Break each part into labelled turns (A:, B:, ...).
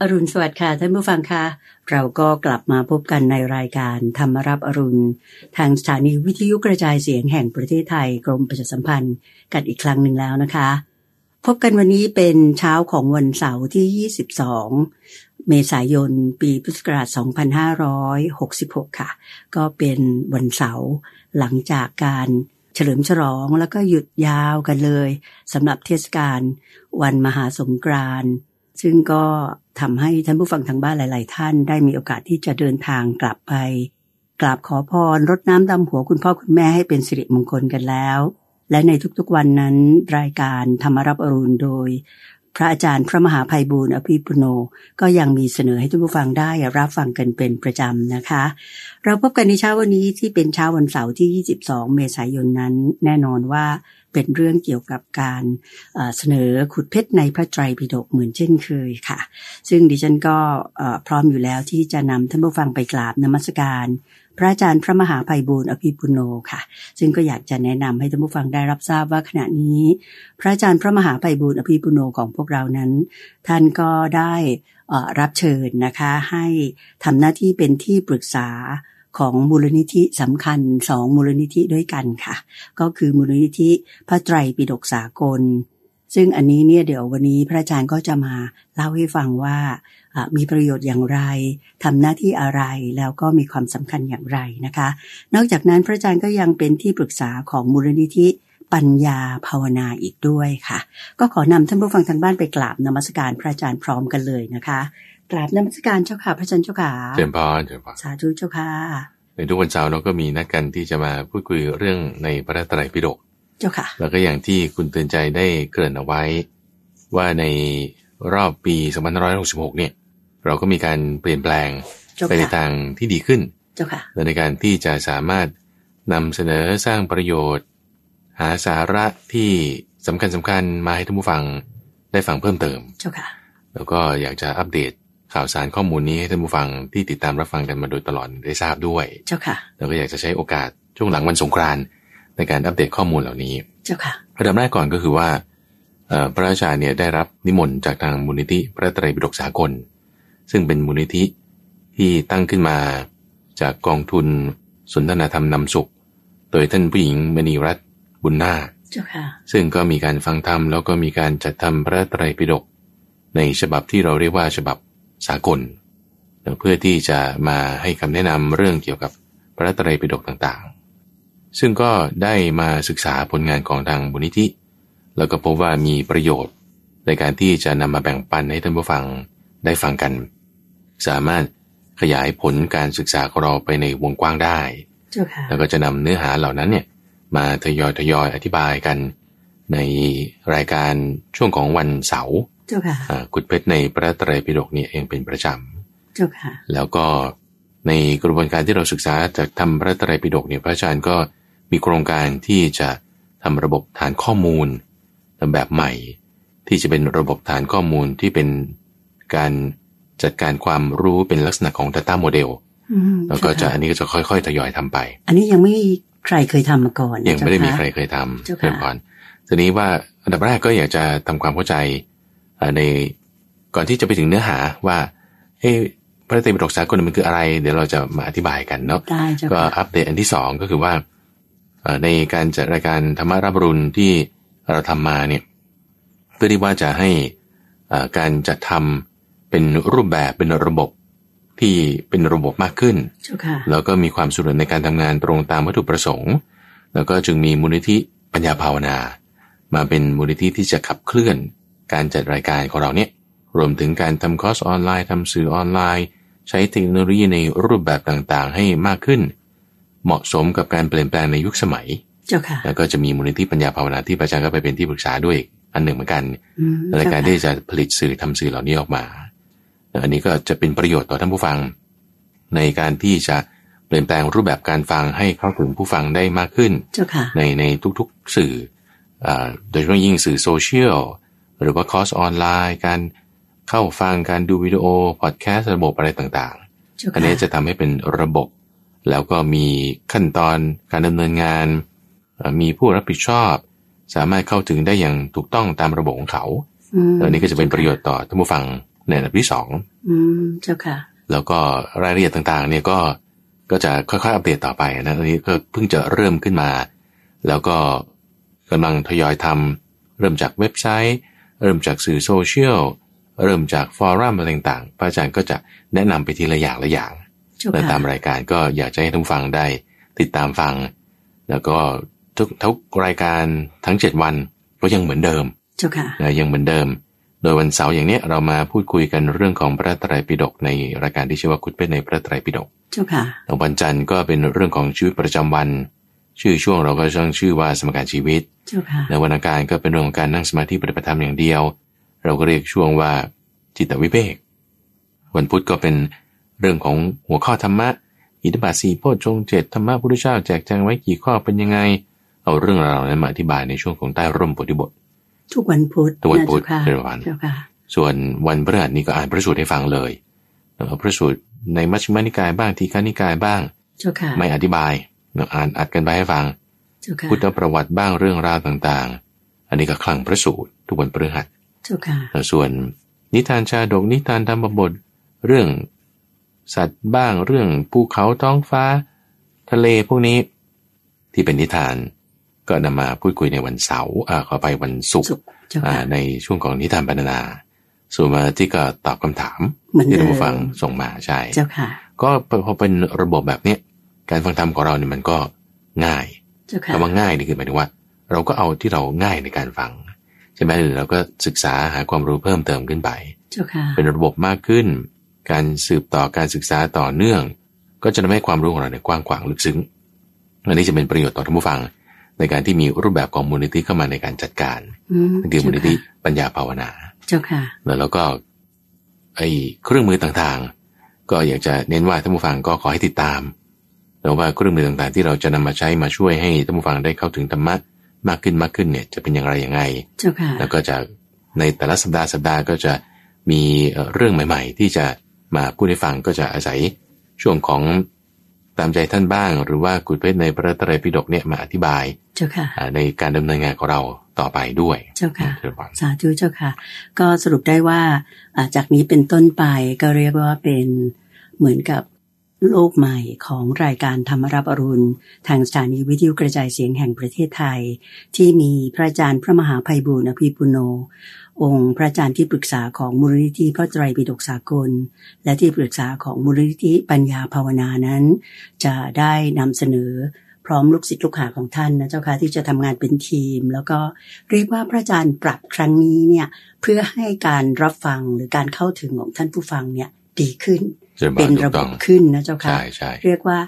A: อรุณสวัสดิ์ค่ะท่านผู้ฟังคะเราก็กลับมาพบกันในรายการธรรมรับอรุณ ทางสถานีวิทยุกระจายเสียงแห่งประเทศไทยกรมประชาสัมพันธ์กันอีกครั้งหนึ่งแล้วนะคะ พบกันวันนี้เป็นเช้าของวันเสาร์ที่ 22 เมษายน ปีพุทธศักราช 2566 ค่ะ ก็เป็นวันเสาร์หลังจากการเฉลิมฉลองแล้วก็หยุดยาวกันเลยสำหรับเทศกาลวันมหาสงกรานต์ซึ่งก็ทำให้ท่านผู้ฟังทางบ้านหลาย ๆ ท่านได้มีโอกาสที่จะเดินทางกลับไปกราบขอพรรดน้ำดำหัวคุณพ่อคุณแม่ให้เป็นสิริมงคลกันแล้ว และในทุกๆวันนั้นรายการธรรมรับอรุณโดย พระอาจารย์พระมหาภัยบูรณ์อภิปุโน ก็ยังมีเสนอให้ท่านผู้ฟังได้รับฟังกันเป็นประจำนะคะ เราพบกันในเช้าวันนี้ที่เป็นเช้าวันเสาร์ที่ 22 เมษายนนั้น แน่นอนว่าเป็นเรื่องเกี่ยวกับการเอ่อเสนอขุดเพชรในพระไตรปิฎกเหมือนเช่นเคยค่ะ ซึ่งดิฉันก็เอ่อพร้อมอยู่แล้วที่จะนำท่านผู้ฟังไปกราบนมัสการ พระอาจารย์พระมหาไพบูลย์อภิปุโนค่ะ ซึ่งก็อยากจะแนะนำให้ท่านผู้ฟังได้รับทราบว่าขณะนี้ พระอาจารย์พระมหาไพบูลย์อภิปุโนของพวกเรานั้น ท่านก็ได้เอ่อรับเชิญนะคะให้ทำหน้าที่เป็นที่ปรึกษาของมูลนิธิสำคัญสองมูลนิธิด้วยกันค่ะ ก็คือมูลนิธิพระไตรปิฎกสากล ซึ่งอันนี้เนี่ยเดี๋ยววันนี้พระอาจารย์ก็จะมาเล่าให้ฟังว่าอ่ะมีประโยชน์อย่างไรทำหน้าที่อะไรแล้วก็มีความสำคัญอย่างไรนะคะ นอกจากนั้นพระอาจารย์ก็ยังเป็นที่ปรึกษาของมูลนิธิปัญญาภาวนาอีกด้วยค่ะ ก็ขอนำท่านผู้ฟังทางบ้านไปกราบนมัสการพระอาจารย์พร้อมกันเลยนะคะกราบนมัสการเจ้าค่ะพระอาจารย์เจ้าค่ะ
B: เชิญพรเชิญพร
A: สาธุเจ้าค่ะ
B: ในทุกวันเสาร์เราก็มีนัดกันที่จะมาพูดคุยเรื่องในพระไตรปิฎก
A: เจ้าค่ะ
B: แล้วก็อย่างที่คุณเตือนใจได้เกริ่นเอาไว้ ว่าในรอบปี2566 เนี่ย เราก็มีการเปลี่ยนแปลง
A: เจ้า
B: ไปใน
A: ค่ะ
B: ทางที่ดีขึ้น
A: เจ้าค่ะ
B: และในการที่จะสามารถนำเสนอสร้างประโยชน์ หาสาระที่สำคัญสำคัญๆมาให้ท่านผู้ฟังได้ฟังเพิ่มเติม
A: เจ้าค่ะ
B: แล้วก็อยากจะอัปเดตข่าวสารข้อมูลนี้ให้ท่านผู้ฟังที่ติดตามรับฟังกันมาโดยตลอดได้ทราบด้วย
A: เจ้าค่ะ
B: แล้วก็อยากจะใช้โอกาสช่วงหลังวันสงกรานต์ในการอัปเดตข้อมูลเหล่านี้
A: เจ้าค่ะ
B: ระดับแรกก่อนก็คือว่าเอ่อพระราชาเนี่ยได้รับนิมนต์จากทางมูลนิธิพระไตรัยปิฎกสากล ซึ่งเป็นมูลนิธิที่ตั้งขึ้นมาจากกองทุนสนทนาธรรมนำสุข โดยท่านผู้หญิงมณีรัตน์บุญนาค
A: เจ้าค่ะ
B: ซึ่งก็มีการฟังธรรมแล้วก็มีการจัดทำพระไตรัยปิฎกในฉบับที่เราเรียกว่าฉบับสากลเพื่อที่จะมาให้คำแนะนำเรื่องเกี่ยวกับพระไตรัยปิฎกต่างๆ ซึ่งก็ได้มาศึกษาผลงานของทางบุนิธิ แล้วก็พบว่ามีประโยชน์ ในการที่จะนำมาแบ่งปันให้ท่านผู้ฟังได้ฟังกัน สามารถขยายผลการศึกษาของเราไปในวงกว้างได้
A: เจ้าค่ะ
B: แล้วก็จะนำเนื้อหาเหล่านั้นเนี่ยมาทยอยทยอยอธิบายกันในรายการช่วงของวันเสาร์
A: เจ้าค่ะ
B: อ่ากุดเพชรในพระไตรัยปิฎกเนี่ยเองเป็นประจ
A: เจ้าค่ะ
B: ำแล้วก็ในกระบวนการที่เราศึกษาจากทำพระไตรัยปิฎกเนี่ยพระอาจารย์ก็มีโครงการที่จะทำระบบฐานข้อมูลแบบใหม่ ที่จะเป็นระบบฐานข้อมูลที่เป็นการจัดการความรู้เป็นลักษณะของ Data Model
A: อืม
B: แล้วก็จะ
A: เาค่
B: อันนี้ก็จะค่อยๆทยอยทำไป
A: อันนี้ยังไม่มีใครเคยทำมาก่อนนะ
B: ยังไม่ได้มีใคร
A: เจ้าะ
B: เคยทำ
A: เจ้าค่ะ
B: เพิ่มพรทีนี้ว่าอันดับแรกก็อยากจะทำความเข้าใจเอ่อในก่อนที่จะไปถึงเนื้อหาว่าเอ้พระไตรปิฎกสากลมันคืออะไร เดี๋ยวเราจะมาอธิบายกันเนาะ
A: ได้เจ้า
B: ก็
A: ค่ะ
B: อัปเดตอันที่สองก็คือว่าเอ่อในการจัดรายการธรรมรับรุณที่เราทำมาเนี่ยเพื่อที่ว่าจะให้เอ่อการจัดทำเป็นรูปแบบเป็นระบบที่เป็นระบบมากขึ้น
A: เจ้าค่ะ
B: แล้วก็มีความสะดวกในการทำงานตรงตามวัตถุประสงค์ แล้วก็จึงมีมูลนิธิปัญญาภาวนา มาเป็นมูลนิธิที่จะขับเคลื่อนการจัดรายการของเราเนี่ย รวมถึงการทำคอร์สออนไลน์ทำสื่อออนไลน์ ใช้เทคโนโลยีในรูปแบบต่างๆ ให้มากขึ้น เหมาะสมกับการเปลี่ยนแปลงในยุคสมัย
A: เจ้าค่ะ
B: แล้วก็จะมีมูลนิธิปัญญาภาวนาที่ประชาก็ไปเป็นที่ปรึกษาด้วยอันหนึ่งเหมือนกัน
A: อืม
B: ในการ
A: เจ้
B: ที่จะผลิตสื่อทำสื่อเหล่านี้ออกมา อันนี้ก็จะเป็นประโยชน์ต่อท่านผู้ฟัง ในการที่จะเปลี่ยนแปลงรูปแบบการฟังให้เข้าถึงผู้ฟังได้มากขึ้น
A: เจ้าค่ะ
B: ในในทุกๆสื่ออ่าโดยเฉพาะยิ่งสื่อโซเชียลหรือว่าคอร์สออนไลน์ การเข้าฟังการดูวิดีโอ พอดแคสต์ระบบอะไรต่าง
A: เจ้า
B: ๆ อั
A: ค่ะ
B: นนี้จะทำให้เป็นระบบ แล้วก็มีขั้นตอนการดำเนินงานเอ่อมีผู้รับผิดชอบ สามารถเข้าถึงได้อย่างถูกต้องตามระบบของเขา
A: ม
B: เออนี่ก็จะเป็นประโยชน์ต่อท่านผู้ฟัง ในอันดับที่สอง
A: อืมเจ้าค่ะ
B: แล้วก็รายละเอียดต่างๆ เนี่ยก็ก็จะค่อยๆอัปเดตต่อไปนะอันนี้ก็เพิ่งจะเริ่มขึ้นมา แล้วก็กำลังทยอยทำเริ่มจากเว็บไซต์ เริ่มจากสื่อโซเชียลเริ่มจากฟอรัมอะไรต่างๆพระอาจารย์ก็จะแนะนำไปทีละอย่างละอย่าง
A: เจ้า
B: และ
A: ค่ะ
B: ตามรายการก็อยากจะให้ทุกฟังได้ติดตามฟัง แล้วก็ทุกทุกรายการทั้ง 7 วันก็ยังเหมือนเดิม
A: เจ้าค่ะ
B: นะยังเหมือนเดิม โดยวันเสาร์อย่างเนี้ยเรามาพูดคุยกันเรื่องของพระไตรัยปิฎกในรายการที่ชื่อว่าคุดเป็นในพระไตรัยปิฎก
A: เจ้าค่ะ
B: แล้ววันจันทร์ก็เป็นเรื่องของชีวิตประจำวัน ชื่อช่วงเราก็ตั้งชื่อว่าสมการชีวิต
A: เจ้าค่ะ
B: ในวันอังคารก็เป็นเรื่องของการนั่งสมาธิปฏิบัติธรรมอย่างเดียว เราก็เรียกช่วงว่าจิตวิเวกวันพุธก็เป็นเรื่องของหัวข้อธรรมะ อิทธิบาทสีโพชฌงค์เจ็ดธรรมะพุทธเจ้าแจกแจงไว้กี่ข้อเป็นยังไง เอาเรื่องราวเหล่านั้นมาอธิบายในช่วงของใต้ร่มโพธิบท
A: ทุกวันพุธ
B: ทุกวัน
A: นะ
B: พุธ
A: เจ้าค่ะ
B: เป็นวัน
A: เจ้าค่ะ
B: ส่วนวันพฤหัสนี้ก็อ่านพระสูตรให้ฟังเลยเอาพระสูตรในมัชฌิมานิกายบ้างทีฆานิกายบ้าง
A: เจ้าค่ะ
B: ไม่อธิบายเราอ่านอัดกันไปให้ฟัง
A: เจ้าค่ะ
B: พุทธประวัติบ้างเรื่องราวต่างๆ อันนี้ก็คลังพระสูตรทุกวันพฤหัส
A: เจ้าค่ะ
B: ส่วนนิทานชาดกนิทานธรรมบทเรื่องสัตว์บ้างเรื่องภูเขาท้องฟ้า ทะเลพวกนี้ ที่เป็นนิทานก็นำมาพูดคุยในวันเสาร์อ่าขอไปวันศุกร์
A: สุขเจ้า
B: อ่า
A: ค่ะ
B: ในช่วงของนิทานบรรณนา ส่วนมาที่ก็ตอบคำถาม
A: เหมือน
B: ที่ท่าน
A: เดิม
B: ผู้ฟังส่งมาใช่
A: เจ้าค่ะ
B: ก็พอเป็นระบบแบบเนี้ยการฟังธรรมของเราเนี่ยมันก็ง่าย
A: เจ้าค่ะ
B: คำว่าง่ายนี่คือหมายถึงว่า เราก็เอาที่เราง่ายในการฟังใช่ไหมหรือเราก็ศึกษาหาความรู้เพิ่มเติมขึ้นไป
A: เจ้าค่ะ
B: เป็นระบบมากขึ้น การสืบต่อการศึกษาต่อเนื่อง ก็จะทำให้ความรู้ของเราเนี่ยกว้างขวางลึกซึ้งอันนี้จะเป็นประโยชน์ต่อท่านผู้ฟัง ในการที่มีรูปแบบของมูลนิธิเข้ามาในการจัดการ
A: อืม
B: นั่นคือมูลนิธิปัญญาภาวนา
A: เจ้าค่ะ
B: แล้วก็ไอ้เครื่องมือต่างๆ ก็อยากจะเน้นว่าท่านผู้ฟังก็ขอให้ติดตามแล้วว่าเครื่องมือต่างๆ ที่เราจะนำมาใช้มาช่วยให้ท่านผู้ฟังได้เข้าถึงธรรมะมากขึ้นมากขึ้นเนี่ยจะเป็นอย่างไรยังไง
A: เจ้าค่ะ
B: แล้วก็จะในแต่ละสัปดาห์สัปดาห์ก็จะมีเอ่อเรื่องใหม่ ๆ ที่จะมาพูดให้ฟังก็จะอาศัยช่วงของตามใจท่านบ้าง หรือว่ากุดเพชรในพระไตรัยปิฎกเนี่ยมาอธิบาย
A: เจ้าค่ะ
B: อ่าในการดำเนินงานของเราต่อไปด้วย
A: เจ้าค่ะ
B: เชิญพร
A: สาธุเจ้าค่ะ ก็สรุปได้ว่าอ่าจากนี้เป็นต้นไปก็เรียกว่าเป็นเหมือนกับโลกใหม่ของรายการธรรมรับอรุณ ทางสถานีวิทยุกระจายเสียงแห่งประเทศไทย ที่มีพระอาจารย์พระมหาภัยบูร์อภิปุโน องค์พระอาจารย์ที่ปรึกษาของมูลนิธิพระไตรปิฎกสากล และที่ปรึกษาของมูลนิธิปัญญาภาวนานั้น จะได้นำเสนอ พร้อมลูกศิษย์ลูกหาของท่านนะเจ้าค่ะที่จะทำงานเป็นทีม แล้วก็เรียกว่าพระอาจารย์ปรับครั้งนี้เนี่ยเพื่อให้การรับฟังหรือการเข้าถึงของท่านผู้ฟังเนี่ยดีขึ้น
B: เชิญพร
A: เป็นระ
B: ถูก
A: บ
B: ต้อบ ง
A: ขึ้นนะเจ้าค่ะ
B: ใช่ใช่
A: เรียกว่า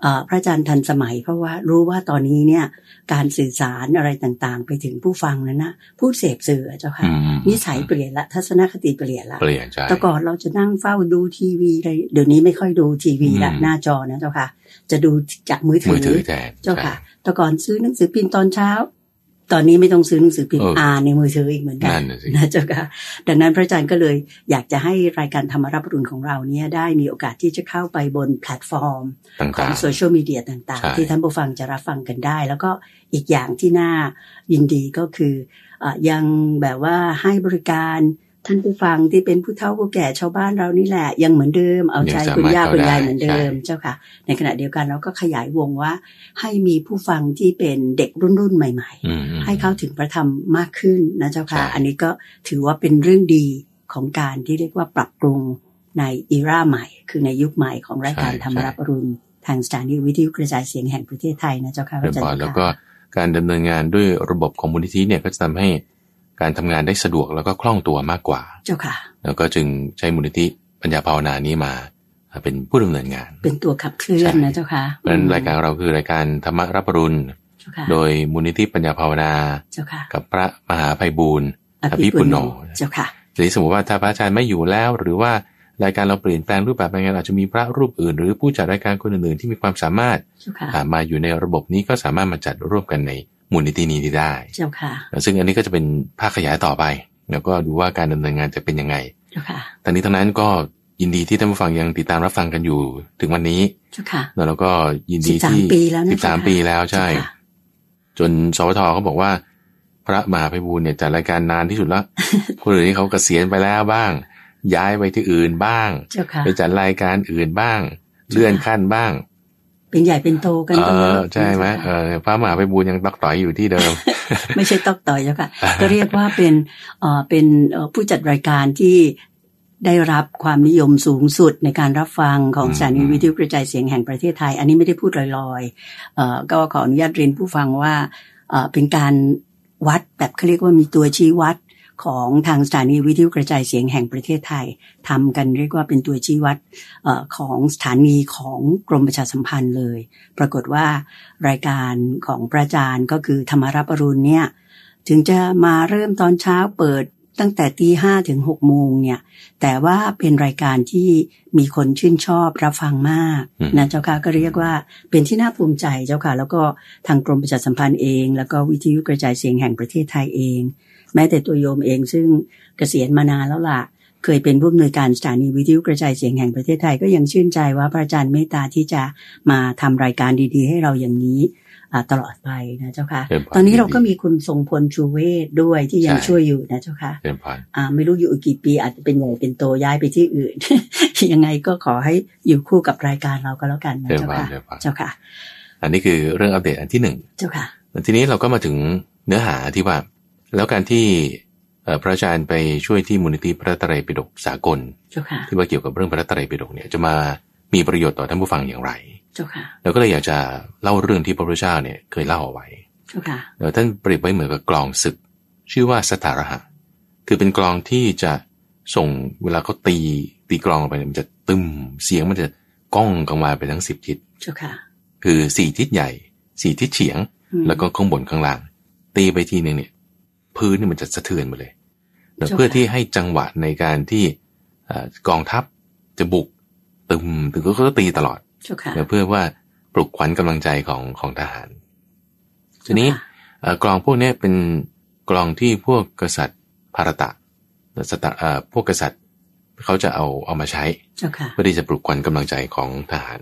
A: เอ่อพระอาจารย์ทันสมัย เพราะว่ารู้ว่าตอนนี้เนี่ยการสื่อสารอะไรต่างๆ ไปถึงผู้ฟังนั้นนะผู้เสพสื่ออะเจ้าค่ะ
B: อืมอืม
A: นิสัยเปลี่ยนละทัศนคติเปลี่ยนละ
B: เปลี่ยนใช่
A: แต่ก่อนเราจะนั่งเฝ้าดูทีวีเลยเดี๋ยวนี้ไม่ค่อยดูทีวีละ
B: อืม
A: หน้าจอนะเจ้าค่ะ จะดูจากมือถื
B: มือ
A: อ
B: ถือแทน
A: เจ้า
B: ใช่
A: ค่ะ แต่ก่อนซื้อหนังสือพิมพ์ตอนเช้า ตอนนี้ไม่ต้องซื้อหนังสือพิมพ์
B: เอออ่
A: อ่านในมือถืออีกเหมือนกั
B: นั่นน่ะสิ
A: นะเจ้าค่ะ ดังนั้นพระอาจารย์ก็เลยอยากจะให้รายการธรรมรับอรุณของเราเนี่ยได้มีโอกาสที่จะเข้าไปบนแพลตฟอร์ม ขอ
B: ต่าง ง
A: โซเชียลมีเดียต่าง
B: ใช่
A: ๆ ที่ท่านผู้ฟังจะรับฟังกันได้ แล้วก็อีกอย่างที่น่ายินดีก็คือเออยังแบบว่าให้บริการท่านผู้ฟังที่เป็นผู้เฒ่าผู้แก่ชาวบ้านเรานี่แหละ ยังเหมือนเดิมเอาใจคุณย่าคุณยายเหมือนเดิมเจ้าค่ะ ในขณะเดียวกันเราก็ขยายวงว่า ให้มีผู้ฟังที่เป็นเด็กรุ่นรุ่นๆใหม่
B: ๆอืมอืม
A: ๆ ให้เข้าถึงพระธรรมมากขึ้นนะเจ้าค่ะ
B: ใช่
A: อันนี้ก็ถือว่าเป็นเรื่องดีของการที่เรียกว่าปรับปรุงในอีราใหม่ คือในยุคใหม่ของรายการธรรมรับอรุณทางสถานีวิทยุกระจายเสียงแห่งประเทศไทยนะเจ้าค่ะพ
B: เรี
A: ระอา
B: ยบ
A: จาร
B: ร้อย
A: ย์
B: แล้ว
A: ค่ะ
B: ก็การดำเนินงานด้วยระบบของมูลนิธิเนี่ยก็จะทำให้การทำงานได้สะดวกแล้วก็คล่องตัวมากกว่า
A: เจ้าค่ะ
B: แล้วก็จึงใช้มูลนิธิปัญญาภาวนานี้มาเป็นผู้ดำเนินงาน
A: เป็นตัวขับเคลื่อน
B: ใช่
A: นะเจ้าค่ะ
B: เพราะฉะนั้นรายการของเราคือรายการธรรมรับอรุณ
A: เจ้าค่ะ
B: โดยมูลนิธิปัญญาภาวนา
A: เจ้าค่ะ
B: กับพระมหาภัยบูรณ์ อภิปุโน
A: เจ้าค่ะ
B: หรือสมมติว่าถ้าพระอาจารย์ไม่อยู่แล้ว หรือว่ารายการเราเปลี่ยนแปลงรูปแบบไปงานอาจจะมีพระรูปอื่น หรือผู้จัดรายการคนอื่นๆที่มีความสามารถ
A: เจ้าค่ะ
B: อ่ามาอยู่ในระบบนี้ก็สามารถมาจัดร่วมกันในมูลนิธินี้ได้
A: เจ้าค่ะ
B: ซึ่งอันนี้ก็จะเป็นภาคขยายต่อไป แล้วก็ดูว่าการดำเนินงานจะเป็นยังไง
A: เจ้าค่ะ
B: ทั้งนี้ทั้งนั้นก็ยินดีที่ท่านผู้ฟังยังติดตามรับฟังกันอยู่ถึงวันนี้
A: เจ้าค่ะ
B: แล้วเราก็ยินดี
A: 13
B: ที่
A: ปีแล้วนะ
B: สิบสาม
A: เจ้าค่ะ
B: ปีแล้วใช่
A: เจ้าค่ะ
B: จนสวทเขาบอกว่า พระมหาไพบูลย์เนี่ยจัดรายการนานที่สุดแล้ว คนอื่นที่เขาเกษียณไปแล้วบ้าง ย้ายไปที่อื่นบ้าง
A: เจ้าค่ะ
B: ไปจัดรายการอื่นบ้าง เลื่อนขั้นบ้าง
A: เป็นใหญ่เป็นโตกันตั้ง
B: เอ
A: เย
B: อ
A: อะ
B: ใช่ไหมเออพระมหาไปบูญยังตักต่อยอยู่ที่เดิม
A: ไม่ใช่ตอกต่อยแล้วค่ะ ก็เรียกว่าเป็นเอ่อเป็นเอ่อผู้จัดรายการที่ได้รับความนิยมสูงสุดในการรับฟังของ
B: อืม
A: สถานี
B: อืม
A: วิทยุกระจายเสียงแห่งประเทศไทย อันนี้ไม่ได้พูดลอยๆเอ่อก็ขออนุญาตเรียนผู้ฟังว่าเอ่อเป็นการวัดแบบเขาเรียกว่ามีตัวชี้วัดของทางสถานีวิทยุกระจายเสียงแห่งประเทศไทยทำกันเรียกว่าเป็นตัวชี้วัดเอ่อของสถานีของกรมประชาสัมพันธ์เลย ปรากฏว่ารายการของพระอาจารย์ก็คือธรรมรับอรุณเนี่ย ถึงจะมาเริ่มตอนเช้าเปิดตั้งแต่ตีห้าถึงหกโมงเนี่ย แต่ว่าเป็นรายการที่มีคนชื่นชอบรับฟังมาก
B: อืม
A: นะเจ้าค่ะก็เรียกว่าเป็นที่น่าภูมิใจเจ้าค่ะ แล้วก็ทางกรมประชาสัมพันธ์เอง แล้วก็วิทยุกระจายเสียงแห่งประเทศไทยเอง แม้แต่ตัวโยมเองซึ่งเกษียณมานานแล้วล่ะ เคยเป็นผู้อำนวยการสถานีวิทยุกระจายเสียงแห่งประเทศไทยก็ยังชื่นใจว่าพระอาจารย์เมตตาที่จะมาทำรายการดี ๆ ให้เราอย่างนี้อ่าตลอดไปนะเจ้าค่ะ
B: เชิญพ
A: ตอนนี้เราก็
B: ยิดี
A: มีคุณทรงพลชูเวศด้วยที่ยัง
B: ใช่
A: ช่วยอยู่นะเจ้าค่ะ
B: เชิญพาน
A: อ่าไม่รู้อยู่อีกกี่ปีอาจจะเป็นใหญ่เป็นโตย้ายไปที่อื่น ยังไงก็ขอให้อยู่คู่กับรายการเราก็แล้วกันนะ
B: เชิญ
A: เจ้า
B: พาน
A: ค่ะ
B: เชิญพาน
A: เจ้าค่ะ
B: อันนี้คือเรื่องอัปเดตอันที่หนึ่ง
A: เจ้าค่ะ
B: ทีนี้เราก็มาถึงเนื้อหาที่ว่า แล้วการที่เอ่อพระอาจารย์ไปช่วยที่มูลนิธิพระไตรัยปิฎกสากล
A: เจ้าค่ะ
B: ที่ว่าเกี่ยวกับเรื่องพระไตรัยปิฎกเนี่ยจะมามีประโยชน์ต่อท่านผู้ฟังอย่างไร
A: เจ้าค่ะ
B: เราก็เลยอยากจะเล่าเรื่องที่พระพุทธเจ้าเนี่ยเคยเล่าเอาไว้
A: เจ้าค่ะ
B: เอ่อท่านเปรียบไว้เหมือนกับกลองศึก ชื่อว่าสถารหะ คือเป็นกลองที่จะส่งเวลาเขาตีตีกลองออกไปเนี่ยมันจะตึมเสียงมันจะก้องกังวานไปทั้งสิบทิศ
A: เจ้าค่ะ
B: คือสี่ทิศใหญ่สี่ทิศเฉียง
A: อืม
B: แล้วก็ข้างบนข้างล่าง ตีไปทีหนึ่งเนี่ย พื้นเนี่ยมันจะสะเทือนไปเลยเนอะ
A: เจ้าค่ะ
B: เพื่อที่ให้จังหวะในการที่เอ่อกองทัพจะบุกตึมถึงก็ตีตลอด
A: เจ้าค่ะ
B: เนอะเพื่อว่าปลุกขวัญกำลังใจของของทหาร ทีนี้ เอ่อกลองพวกเนี้ยเป็นกลองที่พวกกษัตริย์ภารตะสตะเอ่อพวกกษัตริย์เขาจะเอาเอามาใช้
A: เจ้าค่ะ
B: เพื่อที่จะปลุกขวัญกำลังใจของทหาร